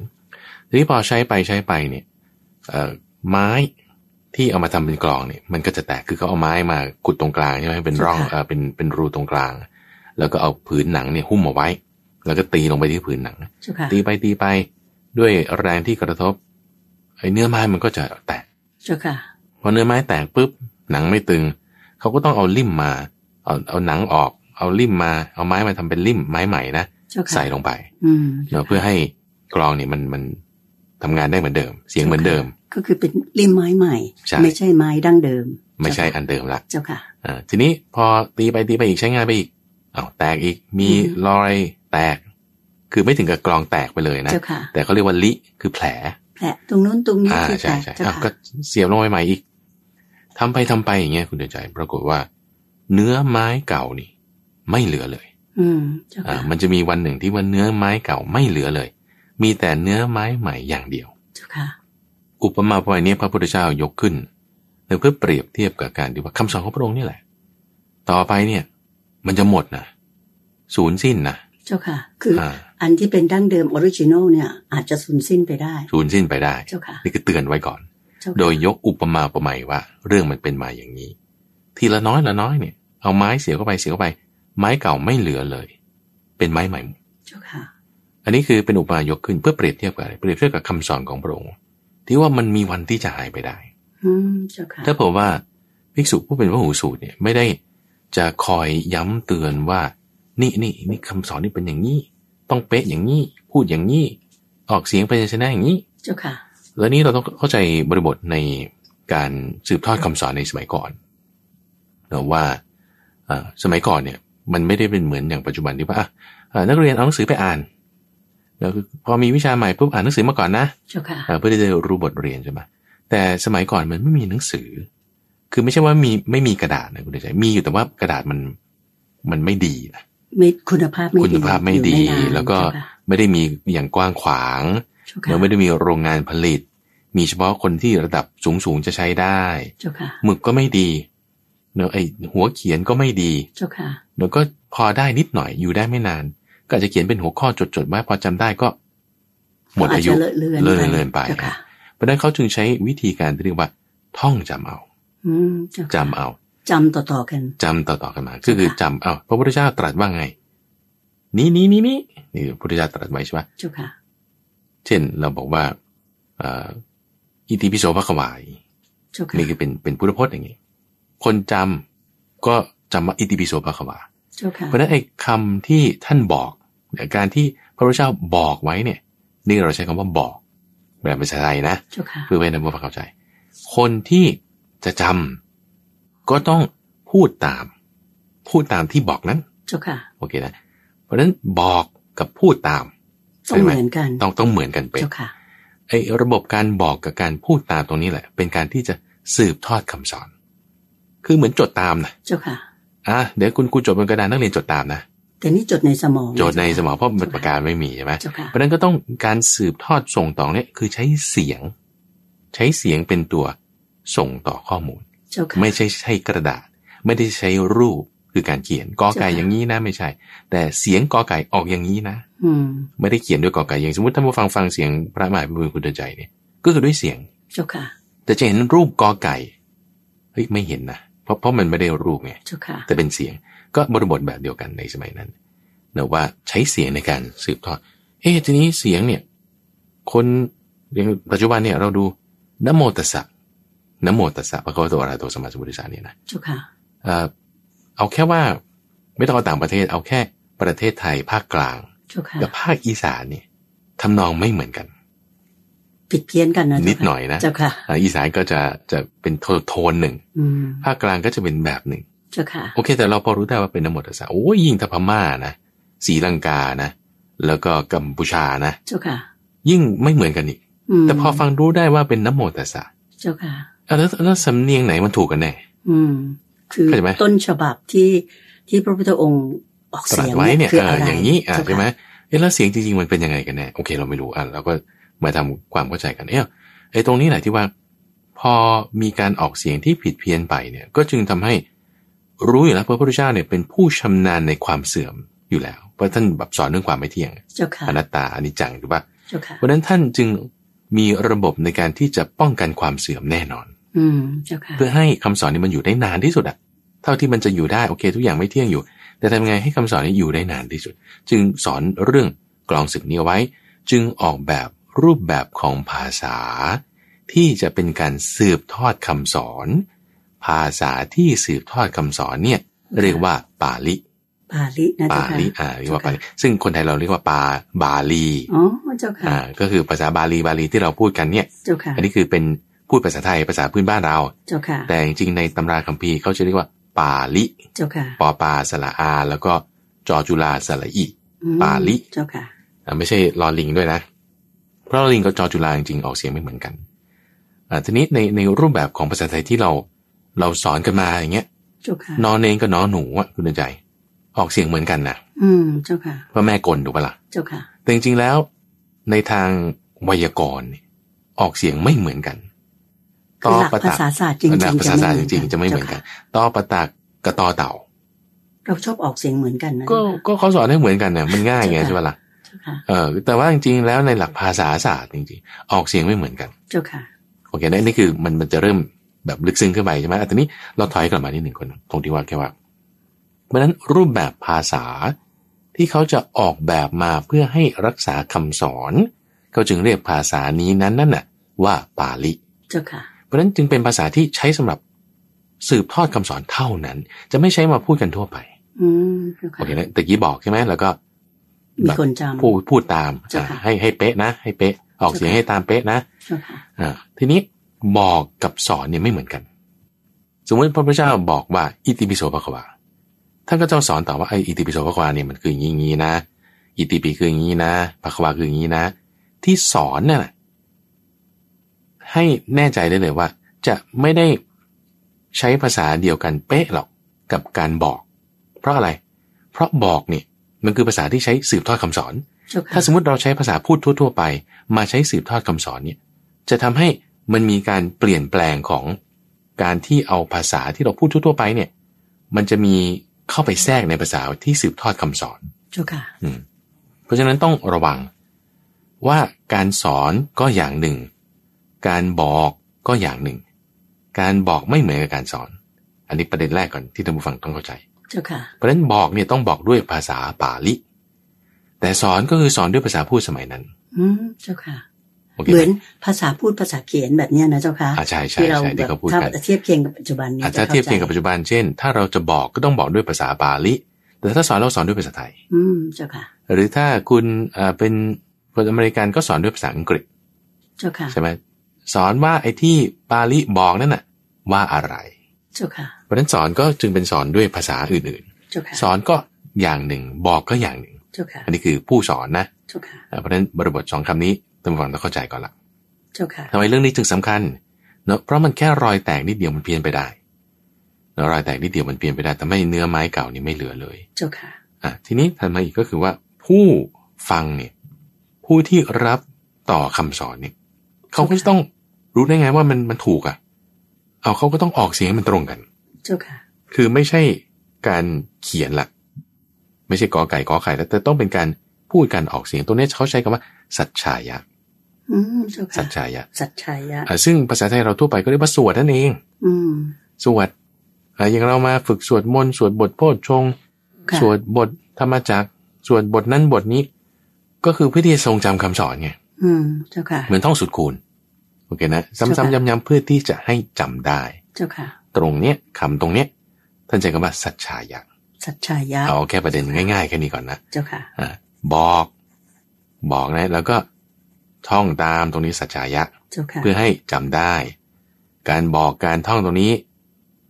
B: ทีนี้พอใช้ไปใช้ไปเนี่ยเอ่อไม้ที่เอามาทำเป็นกลองเนี่ยมันก็จะแตกคือเขาเอาไม้มาขุดตรงกลางใช่ไหมเป็นร่อง
A: ค่ะ
B: เอ่อเป็นเป็นรูตรงกลาง แล้วก็เอาผืนหนังเนี่ยหุ้มเอาไว้ แล้วก็ตีลงไปที่ผืนหนัง
A: เจ้าค่ะ
B: ตีไปตีไปด้วยแรงที่กระทบไอ้เนื้อไม้มันก็จะแตก
A: เจ้าค่ะ
B: พอเนื้อไม้แตกปุ๊บหนังไม่ตึง เขาก็ต้องเอาลิ่มมาเอาเอาหนังออก เอาลิ่มมาเอาไม้มาทำเป็นลิ่มไม้ใหม่นะ
A: เจ้าค่ะ
B: ใส่ลงไป
A: อืม
B: เนาะเพื่อให้กรองเนี่ยมันมันทำงานได้เหมือนเดิม เสียงเหมือนเดิม
A: ก็คือเป็นริมไม้ใหม่
B: ใช่
A: ไม่ใช่ไม้ดั้งเดิม
B: ไม่ใช่อันเดิมละ
A: เจ้าค่ะ
B: อ่าทีนี้พอตีไปตีไปอีกใช้งานไปอีกเอาวแตกอีกมี
A: อืม
B: รอยแตก คือไม่ถึงกับกรองแตกไปเลยนะ
A: เจ้าค่ะ
B: แต่เขาเรียกว่าลิคือแผล
A: แผลตรงนู้นตรงนี้
B: อ่า
A: ที่แต
B: ใช่
A: ก
B: ใช่
A: เจ้า
B: อ้าวก็
A: ค่ะ
B: เสียบลงไปใหม่อีกทำไปทำไปอย่างเงี้ยคุณเดือนใจ ปรากฏว่า เนื้อไม้เก่านี่ ไม่เหลือเลย
A: อืมเจ้า
B: อ่า
A: ค่ะ
B: มันจะมีวันหนึ่งที่ว่าเนื้อไม้เก่าไม่เหลือเลย มีแต่เนื้อไม้ใหม่อย่างเดียว
A: เจ้าค่ะ
B: อุปมาประมาณนี้พระพุทธเจ้ายกขึ้นเพื่อเปรียบเทียบกับการที่ว่าคำสอนของพระองค์นี่แหละ ต่อไปเนี่ย มันจะหมดนะศูนย์สิ้นนะ
A: เจ้าค่ะ คืออ
B: อ่า
A: อันที่เป็นดั้งเดิมออริจินอลเนี่ย อาจจะสูญสิ้นไปได้
B: ศูนย์สิ้นไปได้
A: เจ้าค่ะ
B: นี่คือเตือนไว้ก่อน
A: เจ้าค่ะ
B: โดยยกอุปมาอุปไมยว่า เรื่องมันเป็นมาอย่างนี้ ทีละน้อยละน้อยเนี่ยเอาไม้เสียบเข้าไปเสียบเข้าไป ไม้เก่าไม่เหลือเลย เป็นไม้ใหม่
A: เจ้าค่ะ
B: อันนี้คือเป็นอุปมายกขึ้นเพื่อเปรียบเทียบกับอะไรเปรียบเทียบกับคำสอนของพระองค์ที่ว่ามันมีวันที่จะหายไปได้
A: อืมเจ้าค่ะ
B: ถ้าผมว่าภิกษุผู้เป็นพระหูสูตรเนี่ยไม่ได้จะคอยย้ำเตือนว่า นี่นี่นี่คำสอนนี่เป็นอย่างนี้ ต้องเป๊ะอย่างนี้ พูดอย่างนี้ ออกเสียงเป็นชนะอย่างนี้
A: เจ้าค่ะ
B: และนี่เราต้องเข้าใจบริบทในการสืบทอดคำสอนในสมัยก่อนนะว่าเอ่อสมัยก่อนเนี่ยมันไม่ได้เป็นเหมือนอย่างปัจจุบันที่ว่าอ่ะเอ่อนักเรียนเอาหนังสือไปอ่านแล้วพอมีวิชาใหม่ปุ๊บอ่านหนังสือมาก่อนนะ
A: เจ้าค่ะ
B: เอ่อเพื่อที่จะรู้บทเรียนใช่ไหมแต่สมัยก่อนมันไม่มีหนังสือ คือไม่ใช่ว่ามีไม่มีกระดาษนะคุณเดชชัยมีอยู่แต่ว่ากระดาษมันมันไม่ดีนะ
A: ไม่คุณภาพไม่ดี
B: คุณภาพไม่ดี
A: อยู่นาน
B: แล้วก็
A: เจ้าค่ะ
B: ไม่ได้มีอย่างกว้างขวาง
A: เจ้าค่ะ
B: เราไม่ได้มีโรงงานผลิต มีเฉพาะคนที่ระดับสูงสูงๆจะใช้ได้
A: เจ้าค่ะ
B: หมึกก็ไม่ดีเนอะไอหัวเขียนก็ไม่ดี
A: เจ้าค่ะ
B: เนอะก็พอได้นิดหน่อยอยู่ได้ไม่นาน ก็อาจจะเขียนเป็นหัวข้อจดๆไว้พอจำได้ก็ หมดอายุ
A: เจจะเลอะเลือน
B: เลอะเลือนไป
A: เจ้าค่ะ
B: เพราะฉะนั้นเขาจึงใช้วิธีการที่เรียกว่า ท่องจำเอา
A: อืมเจ้าค่ะ
B: จำเอา
A: จำต่อๆกัน
B: จำต่อๆกันมาก็คือจำเอาพระพุทธเจ้าตรัสว่าไง นี้นี้นี้นี้นี่พระพุทธเจ้าตรัสไว้ใช่ไหม
A: เจ้าค่ะ
B: เช่น เราบอกว่าเอ่ออิติปิโสพระขวาย
A: เจ้าค่ะ
B: นี่คือเป็นเป็นพุทธพจน์อย่างนี้ คนจำก็จำว่าอิติปิโสภควา
A: เจ้าค่ะ
B: เพราะฉะนั้นไอ้คำที่ท่านบอกเนี่ยการที่พระพุทธเจ้าบอกไว้เนี่ย นี่เราใช้คำว่าบอกแบบภาษาไทยนะ
A: เจ้าค่ะ
B: เพื่อให้นักบวชเข้าใจ คนที่จะจำก็ต้องพูดตาม พูดตามที่บอกนั้น
A: เจ้าค่ะ
B: โอเคนะ เพราะฉะนั้นบอกกับพูดตาม
A: ต้องเหมือนกัน
B: ต้องต้องเหมือนกันเป๊ะ
A: เจ้าค่ะ
B: ไอ้ระบบการบอกกับการพูดตามตรงนี้แหละ เป็นการที่จะสืบทอดคำสอน คือเหมือนจดตามนะ
A: เจ้าค่ะ
B: อ่ะเดี๋ยวคุณครูจดบนกระดานนักเรียนจดตามนะ
A: แต่นี่จดในสมอง
B: โจทย์ในสมองเพราะมันประการไม่มีใช่ไหม
A: เจ้าค่ะ
B: เพราะฉะนั้นก็ต้องการสืบทอดส่งต่อเนี่ยคือใช้เสียง ใช้เสียงเป็นตัวส่งต่อข้อมูล
A: เจ้าค่ะ
B: ไม่ใช่ใช้กระดาษ ไม่ได้ใช้รูปคือการเขียนกอไก่
A: เจ้าค่ะ
B: อย่างนี้นะไม่ใช่ แต่เสียงกอไก่ออกอย่างนี้นะ
A: อืม
B: ไม่ได้เขียนด้วยกอไก่อย่างสมมติท่านผู้ฟังฟังเสียงพระมหาพิบูลคุณเดินใจเนี่ยก็คือด้วยเสียง
A: เจ้าค่ะ
B: แต่จะเห็นรูปกอไก่เฮ้ยไม่เห็นนะเพราะเพราะมันไม่ได้รูปไง
A: เจ้าค่ะ
B: แต่เป็นเสียงก็บริบทแบบเดียวกันในสมัยนั้นนะว่าใช้เสียงในการสืบทอด เอ๊ะทีนี้เสียงเนี่ย คนอย่างปัจจุบันเนี่ยเราดูนะโมตัสสะนะโมตัสสะพระคัมภีร์อะระหะโตสัมมาสัมพุทธัสสะเนี่ยนะ
A: เจ้าค่ะ
B: เอ่อเอาแค่ว่าไม่ต้องเอาต่างประเทศเอาแค่ประเทศไทยภาคกลาง
A: เจ้าค่ะ
B: กับภาคอีสานเนี่ยทำนองไม่เหมือนกัน
A: ผิดเพี้ยนกันนะ
B: นิ
A: เจ้า
B: ด
A: ค่ะ
B: หน่อยนะ
A: เจ้าค่ะ
B: อ่าอีสานก็จะจะเป็นโทโทนหนึ่ง
A: อืม
B: ภาคกลางก็จะเป็นแบบหนึ่ง
A: เจ้าค่ะ
B: โอเค แต่เราพอรู้ได้ว่าเป็นนโมตัสสะโอ้ยยิ่งทพม่านะศรีลังกานะ แล้วก็กัมพูชานะ
A: เจ้าค่ะ
B: ยิ่งไม่เหมือนกันอีก
A: ม
B: แต่พอฟังรู้ได้ว่าเป็นนโมตัสสะ
A: เจ้าค่ะ
B: เอาแล้วแล้วสำเนียงไหนมันถูกกันแน่
A: อืม คือ
B: เข้าใจไหม
A: ต้นฉบับที่ที่พระพุทธองค์ออก
B: ต
A: เสี
B: รัส
A: ยง
B: ไว้เนี่ย
A: คือ
B: เออ
A: อะไร
B: อย่างนี้อ่ะ
A: เจ้าค่ะ
B: ใช่ไหมเอ๊ะแล้วเสียงจริงๆมันเป็นยังไงกันแน่โอเคเราไม่รู้อ่ะเราก็มาทำความเข้าใจกันเอ๊ะไอ้ตรงนี้แหละที่ว่า พอมีการออกเสียงที่ผิดเพี้ยนไปเนี่ย ก็จึงทำให้รู้อยู่แล้วพระพุทธเจ้าเนี่ยเป็นผู้ชำนาญในความเสื่อมอยู่แล้วเพราะท่านแบบสอนเรื่องความไม่เที่ยง
A: เจ้าค่ะ
B: อนัตตาอนิจจังถูกปะ
A: เจ้าค่ะ
B: เพราะฉะนั้นท่านจึงมีระบบในการที่จะป้องกันความเสื่อมแน่นอน
A: อืมเจ้าค่ะ
B: เพื่อให้คำสอนนี้มันอยู่ได้นานที่สุดอะเท่าที่มันจะอยู่ได้โอเค ทุกอย่างไม่เที่ยงอยู่ แต่ทำไงให้คำสอนนี้อยู่ได้นานที่สุด จึงสอนเรื่องกลองศึกนี้เอาไว้ จึงออกแบบรูปแบบของภาษา ที่จะเป็นการสืบทอดคำสอน ภาษาที่สืบทอดคำสอนเนี่ยเรียกว่าปาลิ
A: ปาลินะ
B: ปา
A: เจ้าค่ะ
B: ลิอ่าเรียกว่าปาลิซึ่งคนไทยเราเรียกว่าปาบาลี
A: อ๋อเจ้าค่ะ
B: อ่าก็คือภาษาบาลีบาลีที่เราพูดกันเนี่ย
A: เจ้าค่ะ
B: อันนี้คือเป็นพูดภาษาไทยภาษาพื้นบ้านเรา
A: เจ้าค่ะ
B: แต่จริงๆในตำราคัมภีร์เขาจะเรียกว่า ปาลิ
A: เจ้าค่ะ
B: ปอปาสละอา แล้วก็จอจุลาสละอี
A: อืม
B: ปาลิ
A: เจ้าค่ะ
B: อ่าไม่ใช่ลอลิงด้วยนะ เพราะลอลิงกับจอจุลาจริงๆออกเสียงไม่เหมือนกันอ่าทีนี้ในในรูปแบบของภาษาไทยที่เราเราสอนกันมาอย่างเงี้ย
A: เจ้าค่ะ
B: นอนเองกับนอนหนูอ่ะคุณเดินใจ ออกเสียงเหมือนกันนะ
A: อืมเจ้าค่ะ
B: เพราะแม่กลถูกปะล่ะ
A: เจ้าค่ะ
B: แต่จริงๆ แล้วในทางไวยากรณ์เนี่ยออกเสียงไม่เหมือนกัน
A: คือหลักภาษาศาสตร์จริงๆ
B: หลักภาษาศาสตร์จริงๆ
A: จะ
B: จะ
A: ไม่
B: ไม่
A: เห
B: เห
A: มื
B: มื
A: อ
B: อน น
A: กั
B: กัน นต่อประตักกับต่อเต่า
A: เราชอบออกเสียงเหมือนกันนะ
B: ก็ก็เขาสอนให้เหมือนกันเนี่ยมันง่ายไง
A: ใช่
B: ใช่
A: ปะ
B: ปะล่ะ
A: เจ้าค่ะ
B: เออแต่ว่าจริงๆ แล้วในหลักภาษาศาสตร์จริงๆ ออกเสียงไม่เหมือนกัน
A: เจ้าค่ะ
B: โอเคนะนี่คือมันมันจะเริ่มแบบลึกซึ้งขึ้นไปใช่ไหมอ่ะแต่นี้เราถอยกลับมานิดหนึ่งคนนะตรงที่ว่าแค่ว่า เพราะฉะนั้นรูปแบบภาษาที่เขาจะออกแบบมาเพื่อให้รักษาคำสอนเขาจึงเรียกภาษานี้นั้นนั่นน่ะว่าปาลิ
A: เจ้าค่ะ
B: เพราะฉะนั้นจึงเป็นภาษาที่ใช้สำหรับสืบทอดคำสอนเท่านั้น จะไม่ใช้มาพูดกันทั่วไป
A: อืมเจ้า
B: โอ
A: ค่ะ
B: เคนะแต่กี้บอกใช่ไหมแล้วก็
A: มี
B: แบบ
A: คน
B: พู
A: จำ
B: ดพูดตาม
A: เจ้าค่ะ
B: อ่าให้ให้เป๊ะนะ ให้เป๊ะออกเสียง
A: เจ้าค่ะ
B: ให้ตามเป๊ะนะ
A: เจ้าค่ะ
B: อ่าทีนี้บอกกับสอนเนี่ยไม่เหมือนกัน สมมติพระพุทธเจ้าบอกว่าอิติปิโสภควาท่านก็จะสอนต่อว่าไออิติปิโสภควาเนี่ยมันคืออย่างนี้อย่างนี้นะ อิติปิคืออย่างนี้นะภควาคืออย่างนี้นะ ที่สอนน่นน่ะให้แน่ใจได้เลยว่า จะไม่ได้ใช้ภาษาเดียวกันเป๊ะหรอกกับการบอก เพราะอะไร เพราะบอกเนี่ยมันคือภาษาที่ใช้สืบทอดคำสอน
A: เจ้าค่ะ
B: ถ้าสมมติเราใช้ภาษาพูดทั่ว ๆ ไป มาใช้สืบทอดคำสอนเนี่ย จะทำให้มันมีการเปลี่ยนแปลงของการที่เอาภาษาที่เราพูดทั่ว ๆ ไปเนี่ย มันจะมีเข้าไปแทรกในภาษาที่สืบทอดคำสอน
A: เจ้าค่ะ
B: อืมเพราะฉะนั้นต้องระวังว่าการสอนก็อย่างหนึ่ง การบอกก็อย่างหนึ่ง การบอกไม่เหมือนกับการสอน อันนี้ประเด็นแรกก่อนที่ท่านผู้ฟังต้องเข้าใจ
A: เจ้าค่ะ
B: เพราะฉะนั้นบอกเนี่ยต้องบอกด้วยภาษาปาลิ แต่สอนก็คือสอนด้วยภาษาพูดสมัยนั้น
A: อืมเจ้าค่ะ
B: โอเค
A: เหมือน
B: ไหม
A: ภาษาพูดภาษาเขียนแบบเนี้ยนะเจ้าค่ะ
B: อ่าใช่ใช่
A: ที่เรา
B: ใช่ที่เขาพูด
A: ถ้า
B: กัน
A: เทียบเคียงกับปัจจุบันนี้
B: อ่ะถ้าเทียบเทียงกับปัจจุบันเช่น ถ้าเราจะบอกก็ต้องบอกด้วยภาษาบาลีแต่ถ้าสอนเราสอนด้วยภาษาไทย
A: อืมเจ้าค่ะ
B: หรือถ้าคุณเอ่อเป็นคนอเมริกันก็สอนด้วยภาษาอังกฤษ
A: เจ้าค่ะ
B: ใช่ไหมสอนว่าไอ้ที่บาลีบอกนั่นน่ะว่าอะไร
A: เจ้าค่ะ
B: เพราะฉะนั้นสอนก็จึงเป็นสอนด้วยภาษาอื่น
A: เจ้าค่ะ
B: ๆ สอนก็อย่างหนึ่งบอกก็อย่างหนึ่ง
A: เจ้าค่ะ
B: อันนี้คือผู้สอนนะ
A: เจ้าค่ะ
B: อ่าเพราะฉะนั้นบริบทสองคำนี้ท่านผู้ฟังต้องเข้าใจก่อนละ
A: เจ้าค่ะ
B: ทำไมเรื่องนี้จึงสำคัญเนาะเพราะมันแค่รอยแตกนิดเดียวมันเพี้ยนไปได้เนาะรอยแตกนิดเดียวมันเปลี่ยนไปได้ทำให้เนื้อไม้เก่านี่ไม่เหลือเลย
A: เจ้าค่ะ
B: อ่ะทีนี้ถัดมาอีกก็คือว่าผู้ฟังเนี่ยผู้ที่รับต่อคำสอนเนี่ยเขาก็จะต้องรู้ได้ไงว่ามันมันถูกอ่ะเอาเขาก็ต้องออกเสียงให้มันตรงกัน
A: เจ้าค่ะ
B: คือไม่ใช่การเขียนละไม่ใช่กอไก่กอไข่แล้วแต่ต้องเป็นการพูดการออกเสียงตัวนี้เขาใช้คำว่าสัจฉายะ
A: อืมเจ้า
B: สั
A: ค่ะ
B: จฉายะ
A: สัจชัยยะ
B: อ่าซึ่งภาษาไทยเราทั่วไปก็เรียกว่าสวดนั่นเอง
A: อืม
B: สวดอ่าอย่างเรามาฝึกสวดมนต์สวดบทโพชฌงค์
A: ค่ะ
B: สวดบทธรรมจักรสวดบทนั้นบทนี้ ก็คือเพื่อที่จะทรงจำคำสอนไง
A: อืมเจ้าค่ะ
B: เหมือนท่องสุดคูณโอเคนะซ้ำๆย้ำๆเพื่อที่จะให้จำได้
A: เจ้าค่ะ
B: ตรงเนี้ยคำตรงเนี้ยท่านใช้คำว่าสัจฉายะ
A: สัจชัยยะ
B: เอาแค่ประเด็นง่ายๆแค่นี้ก่อนนะ
A: เจ้าค่ะ
B: อ่ะบอกบอกนะแล้วก็ท่องตามตรงนี้สัจจายะ
A: เจ้าค่ะ
B: เพื่อให้จำได้ การบอกการท่องตรงนี้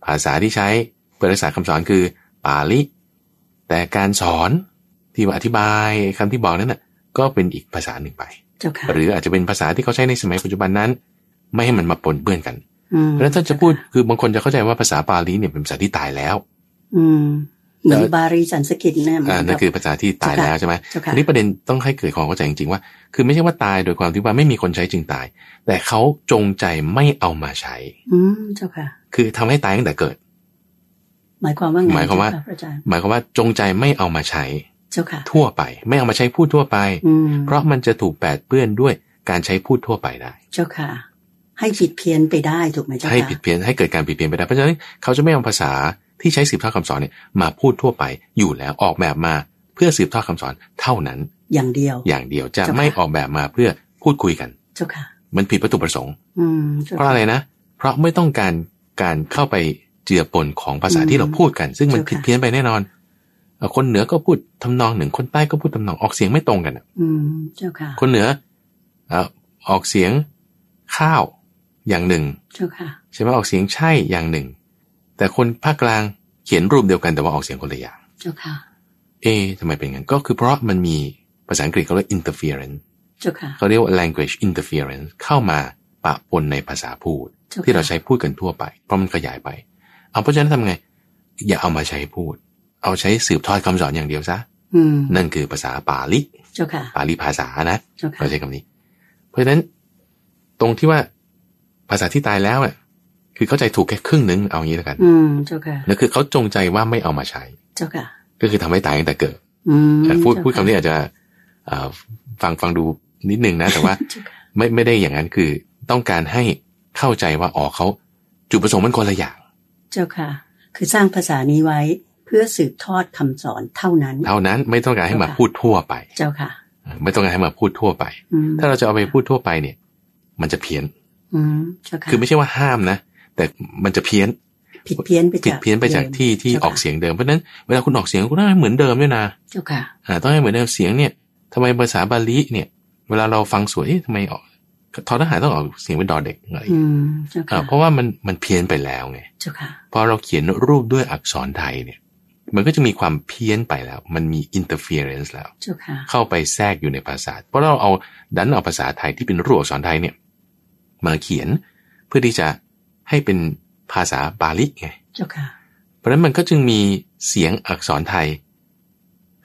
B: ภาษาที่ใช้เพื่อรักษาคำสอนคือปาลิแต่การสอนที่ว่าอธิบายคำที่บอกนั้นน่ะก็เป็นอีกภาษาหนึ่งไป
A: เจ้าค่ะ
B: หรืออาจจะเป็นภาษาที่เขาใช้ในสมัยปัจจุบันนั้น ไม่ให้มันมาปนเปื้อนกัน
A: ม
B: เพราะฉะนั้นถ้าจะพูดคือบางคนจะเข้าใจว่าภาษาปาลิเนี่ยเป็นภาษาที่ตายแล้ว
A: อืมเหมือนบาลีสันสกิตเนี่ยเหมื
B: อ่า
A: อน
B: นั่น
A: กับ
B: คือภาษาที่ตาย
A: เจ้าค่ะ
B: แล้วใช่ไหม
A: เจ้าค่ะ
B: อันนี้ประเด็นต้องให้เกิดความเข้าใจจริงๆว่า คือไม่ใช่ว่าตายโดยความที่ว่าไม่มีคนใช้จึงตาย แต่เขาจงใจไม่เอามาใช้
A: อืมเจ้าค่ะ
B: คือทำให้ตายตั้งแต่เกิด
A: หมายความว่าไง
B: หมายความว่า
A: เจ้พระอาจารย์
B: หมายความว่าจงใจไม่เอามาใช้
A: เจ้าค่ะ
B: ทั่วไป ไม่เอามาใช้พูดทั่วไป
A: อืม
B: เพราะมันจะถูกแปดเปื้อนด้วยการใช้พูดทั่วไปได้
A: เจ้าค่ะ ให้ผิดเพี้ยนไปได้ถูกไหมเจ้าค่ะ
B: ให้ผิดเพี้ยนให้เกิดการผิดเพี้ยนไปได้ เพราะฉะนั้นเขาจะไม่เอาภาษาที่ใช้สืบทอดคำสอนเนี่ยมาพูดทั่วไปอยู่แล้วออกแบบมาเพื่อสืบทอดคำสอนเท่านั้น
A: อย่างเดียว
B: อย่างเดียวจะ
A: เจ้าค่ะ
B: ไม่ออกแบบมาเพื่อพูดคุยกัน
A: เจ้าค่ะ
B: มันผิดวัตถุประสงค์
A: อืมเจ้า
B: เพ
A: ค่ะ
B: ราะอะไรนะ เพราะไม่ต้องการการเข้าไปเจือปนของภาษา
A: อืม
B: ที่เราพูดกัน ซึ่งมัน
A: เจ้าค่ะ
B: ผิดเพี้ยนไปแน่นอนเอ่อคนเหนือก็พูดทำนองหนึ่ง คนใต้ก็พูดทำนองออกเสียงไม่ตรงกันอะ
A: อืมเจ้าค่ะ
B: คนเหนือเอ่อออกเสียงข้าวอย่างหนึ่ง
A: เจ้าค่ะ
B: ใช่ไหมออกเสียงใช่อย่างหนึ่ง แต่คนภาคกลางเขียนรูปเดียวกันแต่ว่าออกเสียงคนละอย่าง
A: เจ้าค่ะ
B: เอ๊ะทำไมเป็นงั้น ก็คือเพราะมันมีภาษาอังกฤษเขาเรียก interference
A: เจ้าค่ะ
B: เขาเรียกว่า language interference เข้ามาปะปนในภาษาพูด
A: จ้ค่ะ
B: ที่เราใช้พูดกันทั่วไป เพราะมันขยายไป เอาเพราะฉะนั้นทำไง อย่าเอามาใช้พูด เอาใช้สืบทอดคำสอนอย่างเดียวซะ
A: อืม
B: นั่นคือภาษาปาลิ
A: เจ้าค่ะ
B: ปาลิภาษานะ
A: เจ้าค่ะ
B: เราใช้คำนี้ เพราะฉะนั้นตรงที่ว่าภาษาที่ตายแล้วเนี่ยคือเข้าใจถูกแค่ครึ่งหนึงเอางี้แล้วกัน
A: อืมเจ้าค่ะ
B: นั่นคือเขาจงใจว่าไม่เอามาใช้
A: เจ้าค่ะ
B: ก็คือทำให้ตายตั้งแต่เกิด
A: อืม
B: แต่พูด
A: เจ้าะ
B: พูดคำนี้อาจจะเอ่อฟังฟังดูนิดนึงนะ แต่ ว่า
A: เจ้าค่ะ
B: ไม่ไม่ได้อย่างนั้นคือต้องการให้เข้าใจว่าอ๋อเขาจุดประสงค์มันคนละอย่าง
A: เจ้าค่ะ คือสร้างภาษานี้ไว้เพื่อสืบทอดคำสอนเท่านั้น
B: เท่านั้นไม่ต้องการให้มา
A: เจ้าค่ะ
B: พูดทั่วไป
A: เจ้าค่ะ
B: ไม่ต้องการให้มาพูดทั่วไป
A: อืม
B: ถ้าเราจะเอาไปพูดทั่วไปเนี่ย มันจะเพี้ยน
A: อืมเจ้าค่ะ
B: คือไม่ใช่ว่าห้ามนะ แต่มันจะเพี้ยน
A: ผิดเพี้ยนไป
B: ผิด
A: จาก
B: เพี้ยนไปจาก
A: ดิม
B: ที่ที่
A: จ้า
B: อ
A: ค่ะ
B: อกเสียงเดิมเพราะฉะนั้นเวลาคุณออกเสียงคุณต้องให้เหมือนเดิมด้วยนะ
A: เจ้าค่ะ
B: อ่าต้องให้เหมือนเดิมเสียงเนี่ยทำไมภาษาบาลีเนี่ย เวลาเราฟังสวยเอ๊ะทำไมออกทอทหารต้องออกเสียงเป็นดอเด็กอะไรอย่าง
A: อื
B: เงี้ย
A: มเจ้า
B: อ่า
A: ค่ะ
B: เพราะว่ามันมันเพี้ยนไปแล้วไง
A: เจ้าค่ะ
B: พอเราเขียนรูปด้วยอักษรไทยเนี่ย มันก็จะมีความเพี้ยนไปแล้ว มันมี interference แล้ว
A: เจ้าค่ะ
B: เข้าไปแทรกอยู่ในภาษา เพราะเราเอาดันเอาภาษาไทยที่เป็นรูปอักษรไทยเนี่ยมาเขียนเพื่อที่จะให้เป็นภาษาบาลีไง
A: เจ้าค่ะ
B: เพราะฉะนั้นมันก็จึงมีเสียงอักษรไทย